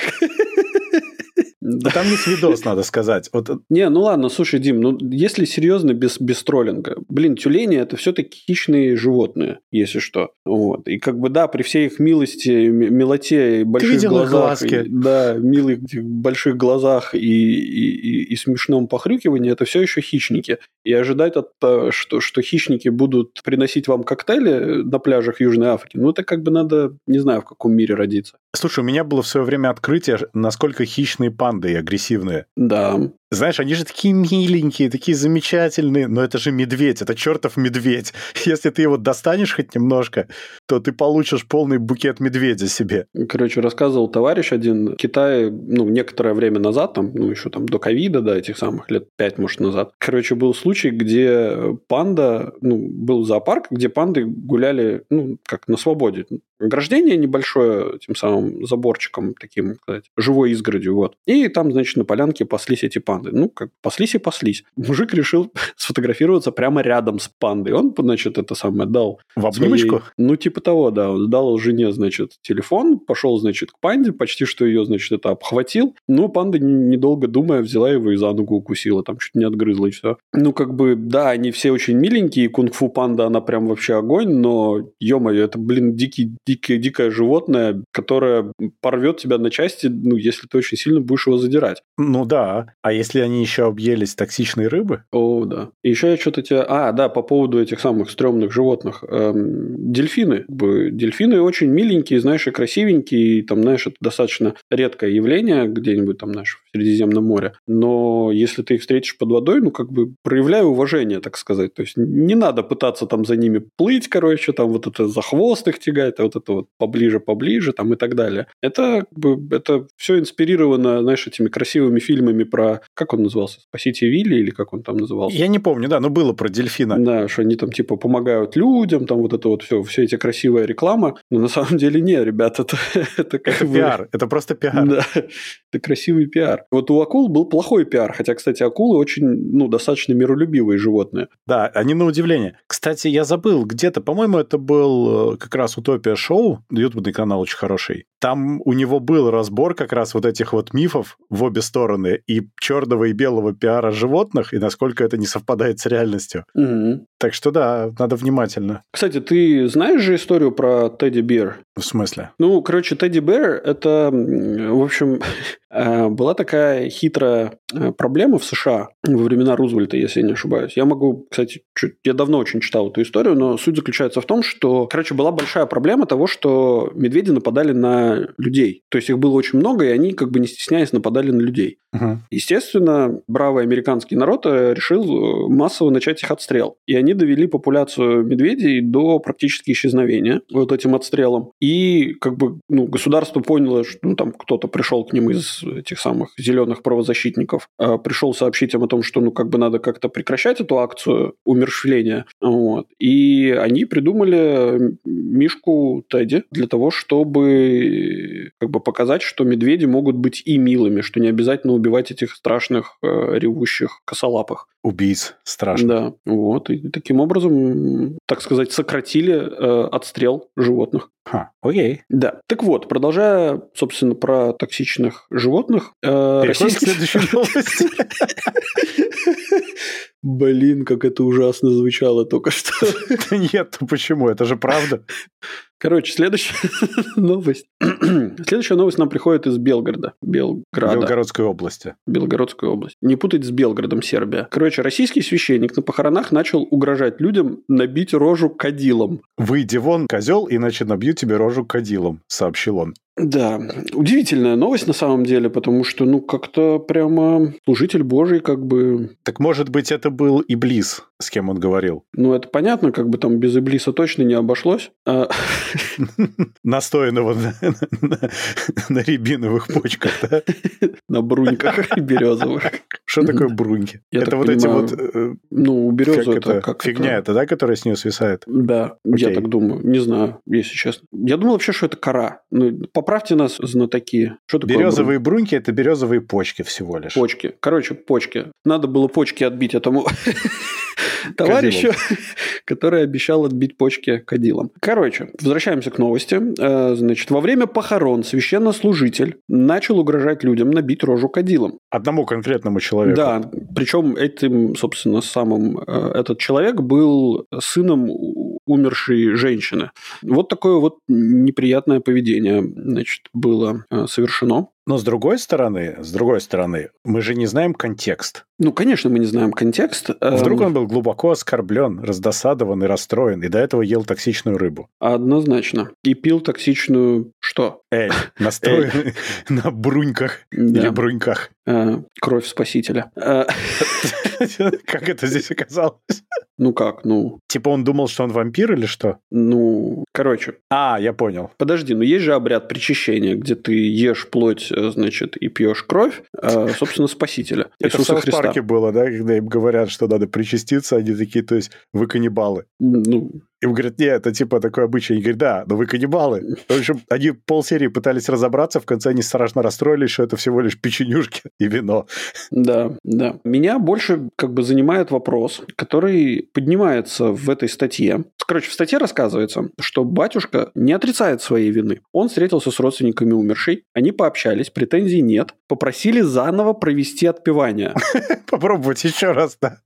Да.
Да там есть видос, надо сказать. Вот э,
Не, ну ладно, слушай, Дим, ну если серьезно, без, без троллинга. Блин, тюлени это все-таки хищные животные, если что. Вот. И как бы да, при всей их милости, м- милоте и больших
видел их
глазах. и-
глазки?
да, милых этих больших глазах и, и, и- и смешном похрюкивании, это все еще хищники. И ожидать, от, э, что, что хищники будут приносить вам коктейли на пляжах Южной Африки, ну это как бы надо, не знаю, в каком мире родиться.
Слушай, у меня было в свое время открытие, ж- насколько хищные панды и агрессивные.
Да,
Знаешь, они же такие миленькие, такие замечательные, но это же медведь, это чертов медведь. Если ты его достанешь хоть немножко, то ты получишь полный букет медведя себе.
Короче, рассказывал товарищ один в Китае, ну, некоторое время назад, там, ну, еще там до ковида, да, этих самых лет пять, может, назад. Короче, был случай, где панда, ну, был зоопарк, где панды гуляли, ну, как на свободе. Ограждение небольшое, тем самым заборчиком таким, как сказать, живой изгородью, вот. И там, значит, на полянке паслись эти панды. Ну, как паслись и паслись. Мужик решил сфотографироваться прямо рядом с пандой. Он, значит, это самое, дал
В
своей-
обнимочку?
ну, типа того, да. Он дал жене, значит, телефон, пошел, значит, к панде, почти что ее, значит, это обхватил. Но панда, н- недолго думая, взяла его и за ногу укусила, там чуть не отгрызла и все. Ну, как бы, да, они все очень миленькие, и кунг-фу панда, она прям вообще огонь, но, ё-моё, это, блин, дикий, дикое, дикое животное, которое порвет тебя на части, ну, если ты очень сильно будешь его задирать.
Ну да. А если они еще объелись токсичной рыбы?
О, да. И еще я что-то тебя... А, да, по поводу этих самых стрёмных животных. Эм, дельфины. Как бы Дельфины очень миленькие, знаешь, и красивенькие. И там, знаешь, это достаточно редкое явление где-нибудь там, знаешь, в Средиземном море. Но если ты их встретишь под водой, ну, как бы проявляй уважение, так сказать. То есть не надо пытаться там за ними плыть, короче, там вот это за хвост их тягать, а вот это вот поближе, поближе, там и так далее. Это, как бы, это все инспирировано, знаешь, этими красивыми фильмами про... Как он назывался? «Спасите Вилли» или как он там назывался?
Я не помню, да, но было про дельфина.
Да, что они там типа помогают людям, там вот это вот все, все эти красивая реклама. Но на самом деле не, ребята, это, это как
Это
бы...
пиар, это просто пиар.
Да, это красивый пиар. Вот у акул был плохой пиар, хотя, кстати, акулы очень, ну, достаточно миролюбивые животные.
Да, они на удивление. Кстати, я забыл, где-то, по-моему, это был э, как раз Утопия Шоу, ютубный канал очень хороший. Там у него был разбор как раз вот этих вот мифов в обе стороны и черного и белого пиара животных, и насколько это не совпадает с реальностью. Так что да, надо внимательно.
Кстати, ты знаешь же историю про Тедди Бир?
В смысле?
Ну, короче, Тедди Бер это, м, в общем, э, была такая хитрая э, проблема в США во времена Рузвельта, если я не ошибаюсь. Я могу, кстати, чуть- я давно очень читал эту историю, но суть заключается в том, что, короче, была большая проблема того, что медведи нападали на людей. То есть их было очень много, и они, как бы не стесняясь, нападали на людей.
Мгм.
Естественно, бравый американский народ э, решил э, массово начать их отстрел. И они довели популяцию медведей до практически исчезновения вот этим отстрелом. И как бы ну, государство поняло, что ну, там кто-то пришел к ним из этих самых зеленых правозащитников, э, пришел сообщить им о том, что ну как бы надо как-то прекращать эту акцию умерщвления. Вот. И они придумали м, Мишку Тедди для того, чтобы и как бы показать, что медведи могут быть и милыми, что не обязательно убивать этих страшных э, ревущих косолапых.
Убийц страшных.
Да, вот. И таким образом, так сказать, сократили э, отстрел животных.
Ха, окей.
Да. Так вот, продолжая, собственно, про токсичных животных. э,
Переходим к
российские-
следующей новости.
Блин, как это ужасно звучало только что.
Да Нет, ну почему? Это же правда.
Короче, следующая новость. следующая новость нам приходит из Белгорода. Белграда.
Белгородской области.
Белгородская область. Не путать с Белгородом, Сербия. Короче, российский священник на похоронах начал угрожать людям набить рожу кадилом.
Выйди вон, козел, иначе набью тебе рожу кадилом, сообщил он.
Да, удивительная новость на самом деле, потому что, ну, как-то прямо служитель Божий, как бы,
Так может быть, это был Иблис, с кем он говорил.
ну, это понятно, как бы там без Иблиса точно не обошлось. А,
Настоянного на, на- на рябиновых почках, да?
на бруньках березовых.
Что такое бруньки?
Я
это
так
вот
понимаю,
эти вот... э,
Ну, у березы
как
это
это,
как
фигня
это? Ну,
это, да, которая с нее свисает?
Да, я
Окей.
так думаю. Не знаю, если честно. Я думал вообще, что это кора. Ну, поправьте нас, знатоки. Что такое брунь?
Березовые бруньки – это березовые почки всего лишь.
Почки. Короче, почки. Надо было почки отбить этому товарищу, который обещал отбить почки кадилом. Короче, возвращаемся к новости. Э, Значит, во время похорон священнослужитель начал угрожать людям набить рожу кадилом.
Одному конкретному человеку.
Да, причем этим, собственно, самым э, этот человек был сыном у- умершей женщины. Вот такое вот неприятное поведение, значит, было э, совершено.
Но с другой стороны, с другой стороны, мы же не знаем контекст.
Ну, конечно, мы не знаем контекст. Эм,
Вдруг он был глубоко оскорблен, раздосадован и расстроен, и до этого ел токсичную рыбу.
Однозначно. И пил токсичную что?
Эль, настроен на бруньках или
Да.
бруньках.
Э, кровь спасителя. Э,
Как это здесь оказалось?
ну как, ну,
Типа он думал, что он вампир или что?
ну, короче,
А, я понял.
подожди, ну есть же обряд причащения, где ты ешь плоть, э, значит, и пьешь кровь, э, собственно, спасителя
Это в
Иисуса
Саус
Христа.
Парке было, да, когда им говорят, что надо причаститься, они такие, то есть вы каннибалы.
Ну,
Им говорят, нет, это типа такое обычай. Они говорят, да, но вы каннибалы. В общем, они полсерии пытались разобраться, в конце они страшно расстроились, что это всего лишь печенюшки и вино.
Да, да. Меня больше как бы занимает вопрос, который поднимается в этой статье. Короче, в статье рассказывается, что батюшка не отрицает своей вины. Он встретился с родственниками умершей, они пообщались, претензий нет, попросили заново провести отпевание.
Попробовать еще раз, да.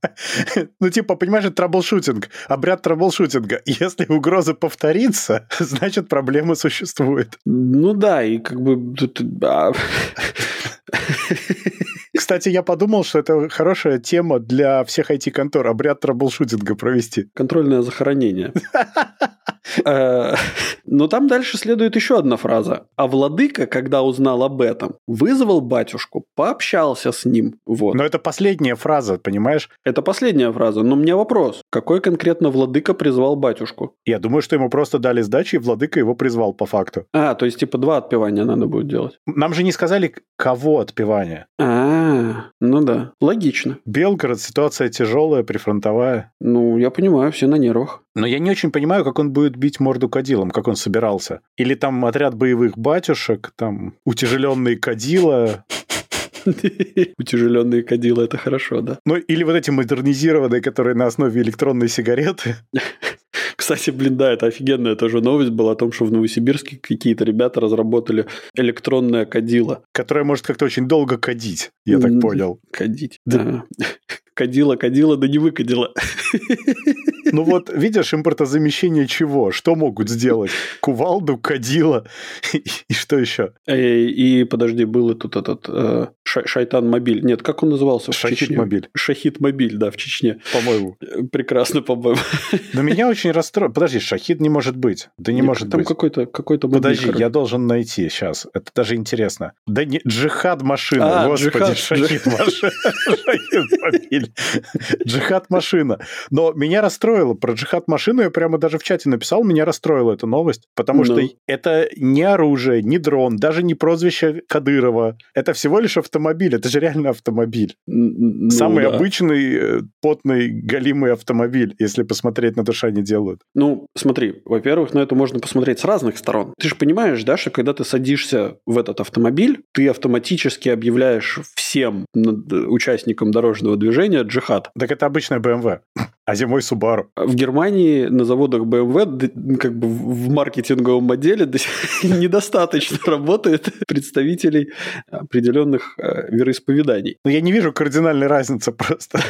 Ну, типа, понимаешь, это траблшутинг, обряд траблшутинга. Если угроза повторится, значит, проблема существует.
Ну да, и как бы... тут- а,
Кстати, я подумал, что это хорошая тема для всех IT-контор, обряд траблшутинга провести.
Контрольное захоронение. Э, Но там дальше следует еще одна фраза. А владыка, когда узнал об этом, вызвал батюшку, пообщался с ним. Вот.
Но это последняя фраза, понимаешь?
Это последняя фраза, но у меня вопрос. Какой конкретно владыка призвал батюшку?
Я думаю, что ему просто дали сдачи, и владыка его призвал по факту.
А, то есть типа два отпевания надо будет делать.
Нам же не сказали, кого отпевание.
А, ну да, логично.
Белгород, ситуация тяжелая, прифронтовая.
Ну, я понимаю, все на нервах.
Но я не очень понимаю, как он будет бить морду кадилом, как он собирался. Или там отряд боевых батюшек, там утяжеленные кадила.
Утяжеленные кадилы, это хорошо, да.
Ну, или вот эти модернизированные, которые на основе электронной сигареты.
Кстати, блин, да, это офигенная тоже новость была о том, что в Новосибирске какие-то ребята разработали электронное кадило.
которая может как-то очень долго кадить, я так
Мгм.
понял.
Кадить. Да. Кадила, кадила, да не выкадила.
Ну вот, видишь, импортозамещение чего? Что могут сделать? Кувалду, кадила и что еще?
Э, И, подожди, был и тут этот э, Ша- Шайтан Мобиль. Нет, как он назывался в Чечне?
Шахит-мобиль,
Шахид Мобиль, да, в Чечне.
по-моему.
Э, Прекрасно, по-моему.
Но меня очень расстроило. Подожди, шахид не может быть. Да не
Нет,
может
там
быть.
какой-то какой-то мобиль,
Подожди,
Ну, короче.
я должен найти сейчас. Это даже интересно. Да не, джихад машина,
А,
господи,
джихад,
шахид машина. Шахид мобиль. Джихад-машина. Но меня расстроило. Про джихад-машину я прямо даже в чате написал, меня расстроила эта новость, потому
Ну.
что это не оружие, не дрон, даже не прозвище Кадырова. Это всего лишь автомобиль, это же реально автомобиль.
Ну,
Самый
да.
обычный, э, потный, галимый автомобиль, если посмотреть на то, что они делают.
Ну, смотри, во-первых, на это можно посмотреть с разных сторон. Ты же понимаешь, да, что когда ты садишься в этот автомобиль, ты автоматически объявляешь всем над- э, участникам дорожного движения джихад.
Так это обычная BMW, а зимой Subaru.
А В Германии на заводах BMW д- как бы в в маркетинговом отделе до сих- недостаточно работает представителей определенных э, вероисповеданий.
Но Ну, я не вижу кардинальной разницы просто.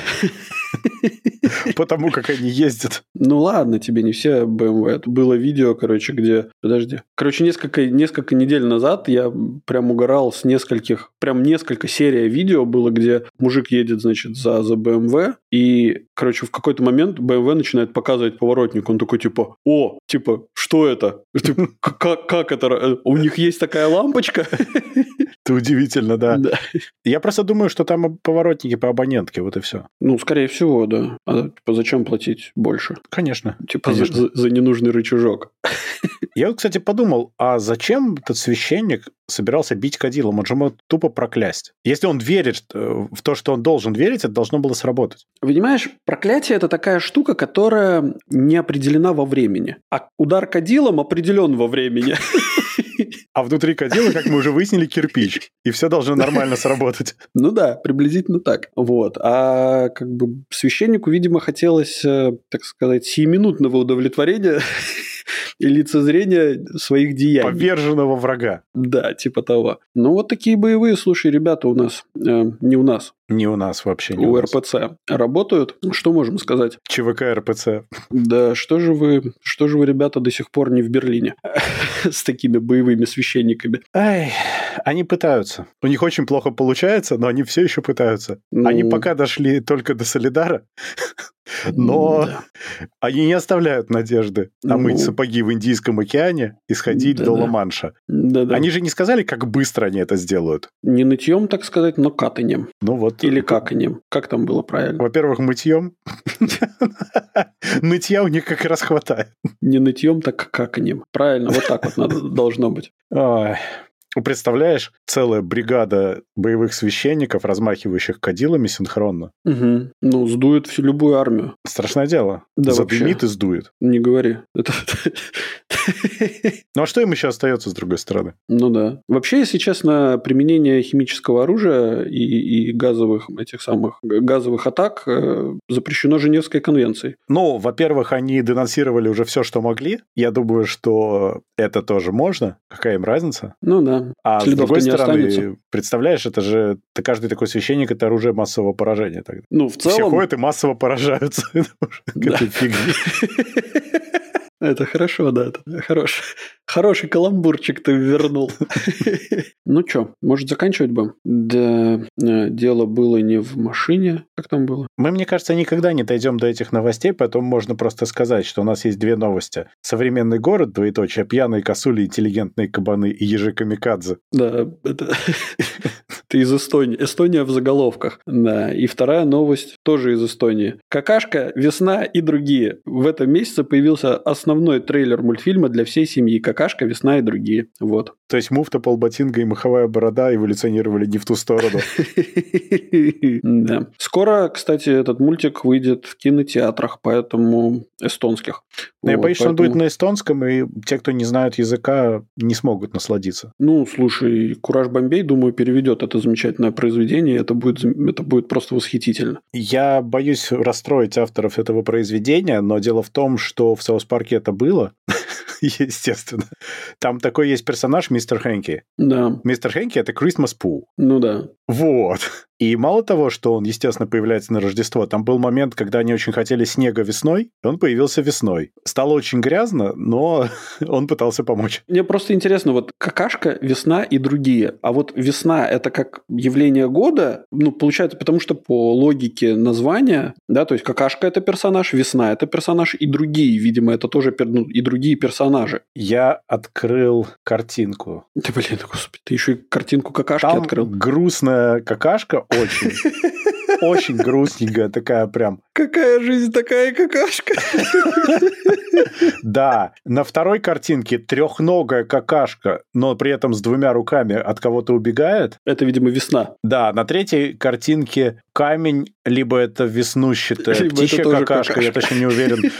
Потому как они ездят.
Ну ладно, тебе не все BMW. Это было видео, короче, где... Подожди. Короче, несколько, несколько недель назад я прям угорал с нескольких... Прям несколько серия видео было, где мужик едет, значит, за, за BMW, и, короче, в какой-то момент BMW начинает показывать поворотник. Он такой, типа, о, типа, что это? Типа, «К- как, как это? Э, У них есть такая лампочка?
Это удивительно, да.
Да.
Я просто думаю, что там поворотники по абонентке, вот и все.
Ну, скорее всего, да. А типа, зачем платить больше?
Конечно.
Типа, за-
Конечно.
за- за ненужный рычажок.
Я вот, кстати, подумал, а зачем этот священник собирался бить кадилом? Он же мог тупо проклясть. Если он верит э, в то, что он должен верить, это должно было сработать.
Понимаешь, проклятие – это такая штука, которая не определена во времени. А удар кадилом определен во времени.
А внутри кадила, как мы уже выяснили, кирпич. И все должно нормально сработать.
Ну да, приблизительно так. Вот. А как бы священнику, видимо, хотелось, э, так сказать, сиюминутного удовлетворения и лицезрения своих деяний.
Поверженного врага.
Да, типа того. Ну вот такие боевые, слушай, ребята у нас, э, не у нас,
Не у нас вообще, не
у
у нас.
РПЦ работают. Что можем сказать?
ЧВК РПЦ.
Да, что же вы, что же вы, ребята, до сих пор не в Берлине с такими боевыми священниками?
Ай, они пытаются. У них очень плохо получается, но они все еще пытаются. Они
Ну,
пока дошли только до Солидара, но
да.
они не оставляют надежды
Ну.
намыть сапоги в Индийском океане и сходить до
Да-да.
Ла-Манша.
Да-да.
Они же не сказали, как быстро они это сделают.
не нытьем, так сказать, но катанем.
Ну вот.
Или каканем. Как там было правильно?
Во-первых, мытьем. Мытья у них как раз хватает.
Не нытьем, так каканем. Правильно, вот так вот надо, должно быть.
Ой. Ну, Представляешь, целая бригада боевых священников, размахивающих кадилами синхронно.
Мгм. Ну, сдует всю любую армию.
Страшное дело.
Да
Задымит
вообще.
и сдует.
Не говори. Это-
Ну а что им еще остается, с другой стороны?
Ну да. Вообще, если честно, применение химического оружия и, и газовых этих самых газовых атак э, запрещено Женевской конвенцией.
Ну, во-первых, они денонсировали уже все, что могли. Я думаю, что это тоже можно. Какая им разница?
Ну да.
А с
Следов-то
другой
не
стороны,
останется.
представляешь, это же ты каждый такой священник это оружие массового поражения. Тогда.
Ну, в
Все
целом...
ходят и массово поражаются. к
Да.
этой фигне.
Это хорошо, да. это Хорош. Хороший каламбурчик ты вернул. Ну что, может, заканчивать будем? Да, э, дело было не в машине. Как там было?
Мы, мне кажется, никогда не дойдем до этих новостей, поэтому можно просто сказать, что у нас есть две новости. Современный город, двоеточие, пьяные косули, интеллигентные кабаны и ежи камикадзе.
Да, это... Ты из Эстонии. Эстония в заголовках. Да. И вторая новость тоже из Эстонии. Какашка, весна и другие. В этом месяце появился основной трейлер мультфильма для всей семьи. Какашка, весна и другие. Вот.
То есть муфта, полботинга и маховая борода эволюционировали не в ту сторону.
Да. Скоро, кстати, этот мультик выйдет в кинотеатрах, поэтому эстонских.
Но Ну, я
Вот,
боюсь, что он
поэтому-
будет на эстонском, и те, кто не знают языка, не смогут насладиться.
Ну, слушай, Кураж Бомбей, думаю, переведет это замечательное произведение. Это будет, зам- это будет просто восхитительно.
Я боюсь расстроить авторов этого произведения, но дело в том, что в Саус Парке это было, естественно. Там такой есть персонаж мистер Хэнки.
Да,
Мистер Хэнки — это Christmas Пу.
ну да.
Вот. И мало того, что он, естественно, появляется на Рождество, там был момент, когда они очень хотели снега весной, и он появился весной. Стало очень грязно, но он пытался помочь.
Мне просто интересно, вот какашка, весна и другие. А вот весна – это как явление года, ну, получается, потому что по логике названия, да, то есть какашка – это персонаж, весна – это персонаж и другие, видимо, это тоже пер- ну, и другие персонажи.
Я открыл картинку.
Да блин, господи, ты еще и картинку какашки
Там
открыл.
грустная какашка очень. очень грустненькая, такая прям.
Какая жизнь, такая и какашка.
Да, на второй картинке трехногая какашка, но при этом с двумя руками от кого-то убегает.
Это, видимо, весна.
Да, на третьей картинке камень, либо это веснущатая
Либо это
птичья
тоже
какашка, я
какашка.
точно не уверен,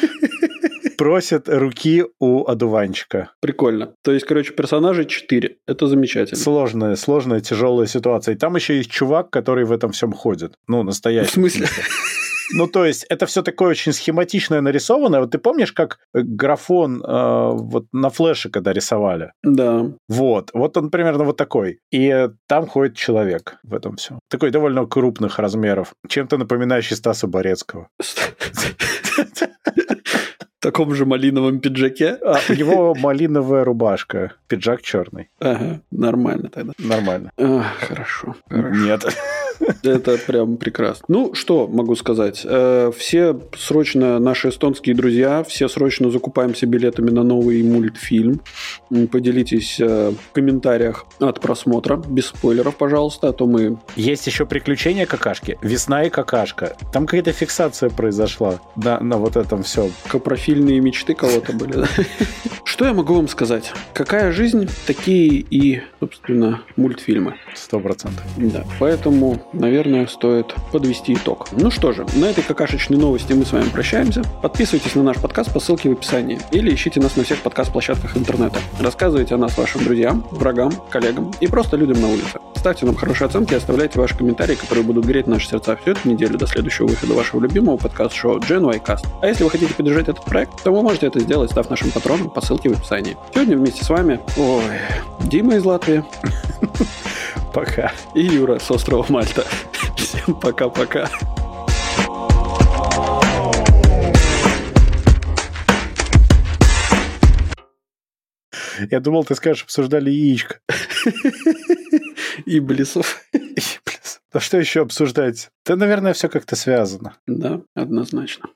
просит руки у одуванчика.
Прикольно. То есть, короче, персонажей 4. Это замечательно.
Сложная, сложная, тяжелая ситуация. И там еще есть чувак, который в этом всем ходит. Ну,
В
настоящий.
смысле?
Ну, то есть, это все такое очень схематичное нарисованное. Вот ты помнишь, как э, графон э, вот на флеше, когда рисовали?
Да.
Вот. Вот он примерно вот такой. И э, там ходит человек в этом все. Такой довольно крупных размеров. Чем-то напоминающий Стаса Борецкого.
В таком же малиновом пиджаке.
А у него малиновая рубашка, пиджак черный.
Ага, нормально тогда.
Нормально.
А, хорошо.
Нет.
Это прям прекрасно. Ну, что могу сказать? Э, Все срочно, наши эстонские друзья, все срочно закупаемся билетами на новый мультфильм. М, Поделитесь э, в комментариях от просмотра, без спойлеров, пожалуйста, а то мы...
Есть еще приключения какашки. Весна и какашка. Там какая-то фиксация произошла на, на вот этом все.
Копрофильные мечты кого-то были. да? Что я могу вам сказать? Какая жизнь, такие и, собственно, мультфильмы.
Сто процентов.
Да, поэтому, наверное, стоит подвести итог. Ну что же, на этой какашечной новости мы с вами прощаемся. Подписывайтесь на наш подкаст по ссылке в описании или ищите нас на всех подкаст-площадках интернета. Рассказывайте о нас вашим друзьям, врагам, коллегам и просто людям на улице. Ставьте нам хорошие оценки и оставляйте ваши комментарии, которые будут греть наши сердца всю эту неделю до следующего выхода вашего любимого подкаст-шоу Gen Cast. А если вы хотите поддержать этот проект, то вы можете это сделать, став нашим патроном по ссылке в описании. Сегодня вместе с вами, ой, Дима из Латвии,
Пока.
и Юра с острова Мальта. Всем пока-пока.
Я думал, ты скажешь, обсуждали яичко.
Иблисов.
Да что еще обсуждать? Да, наверное, все как-то связано.
Да, однозначно.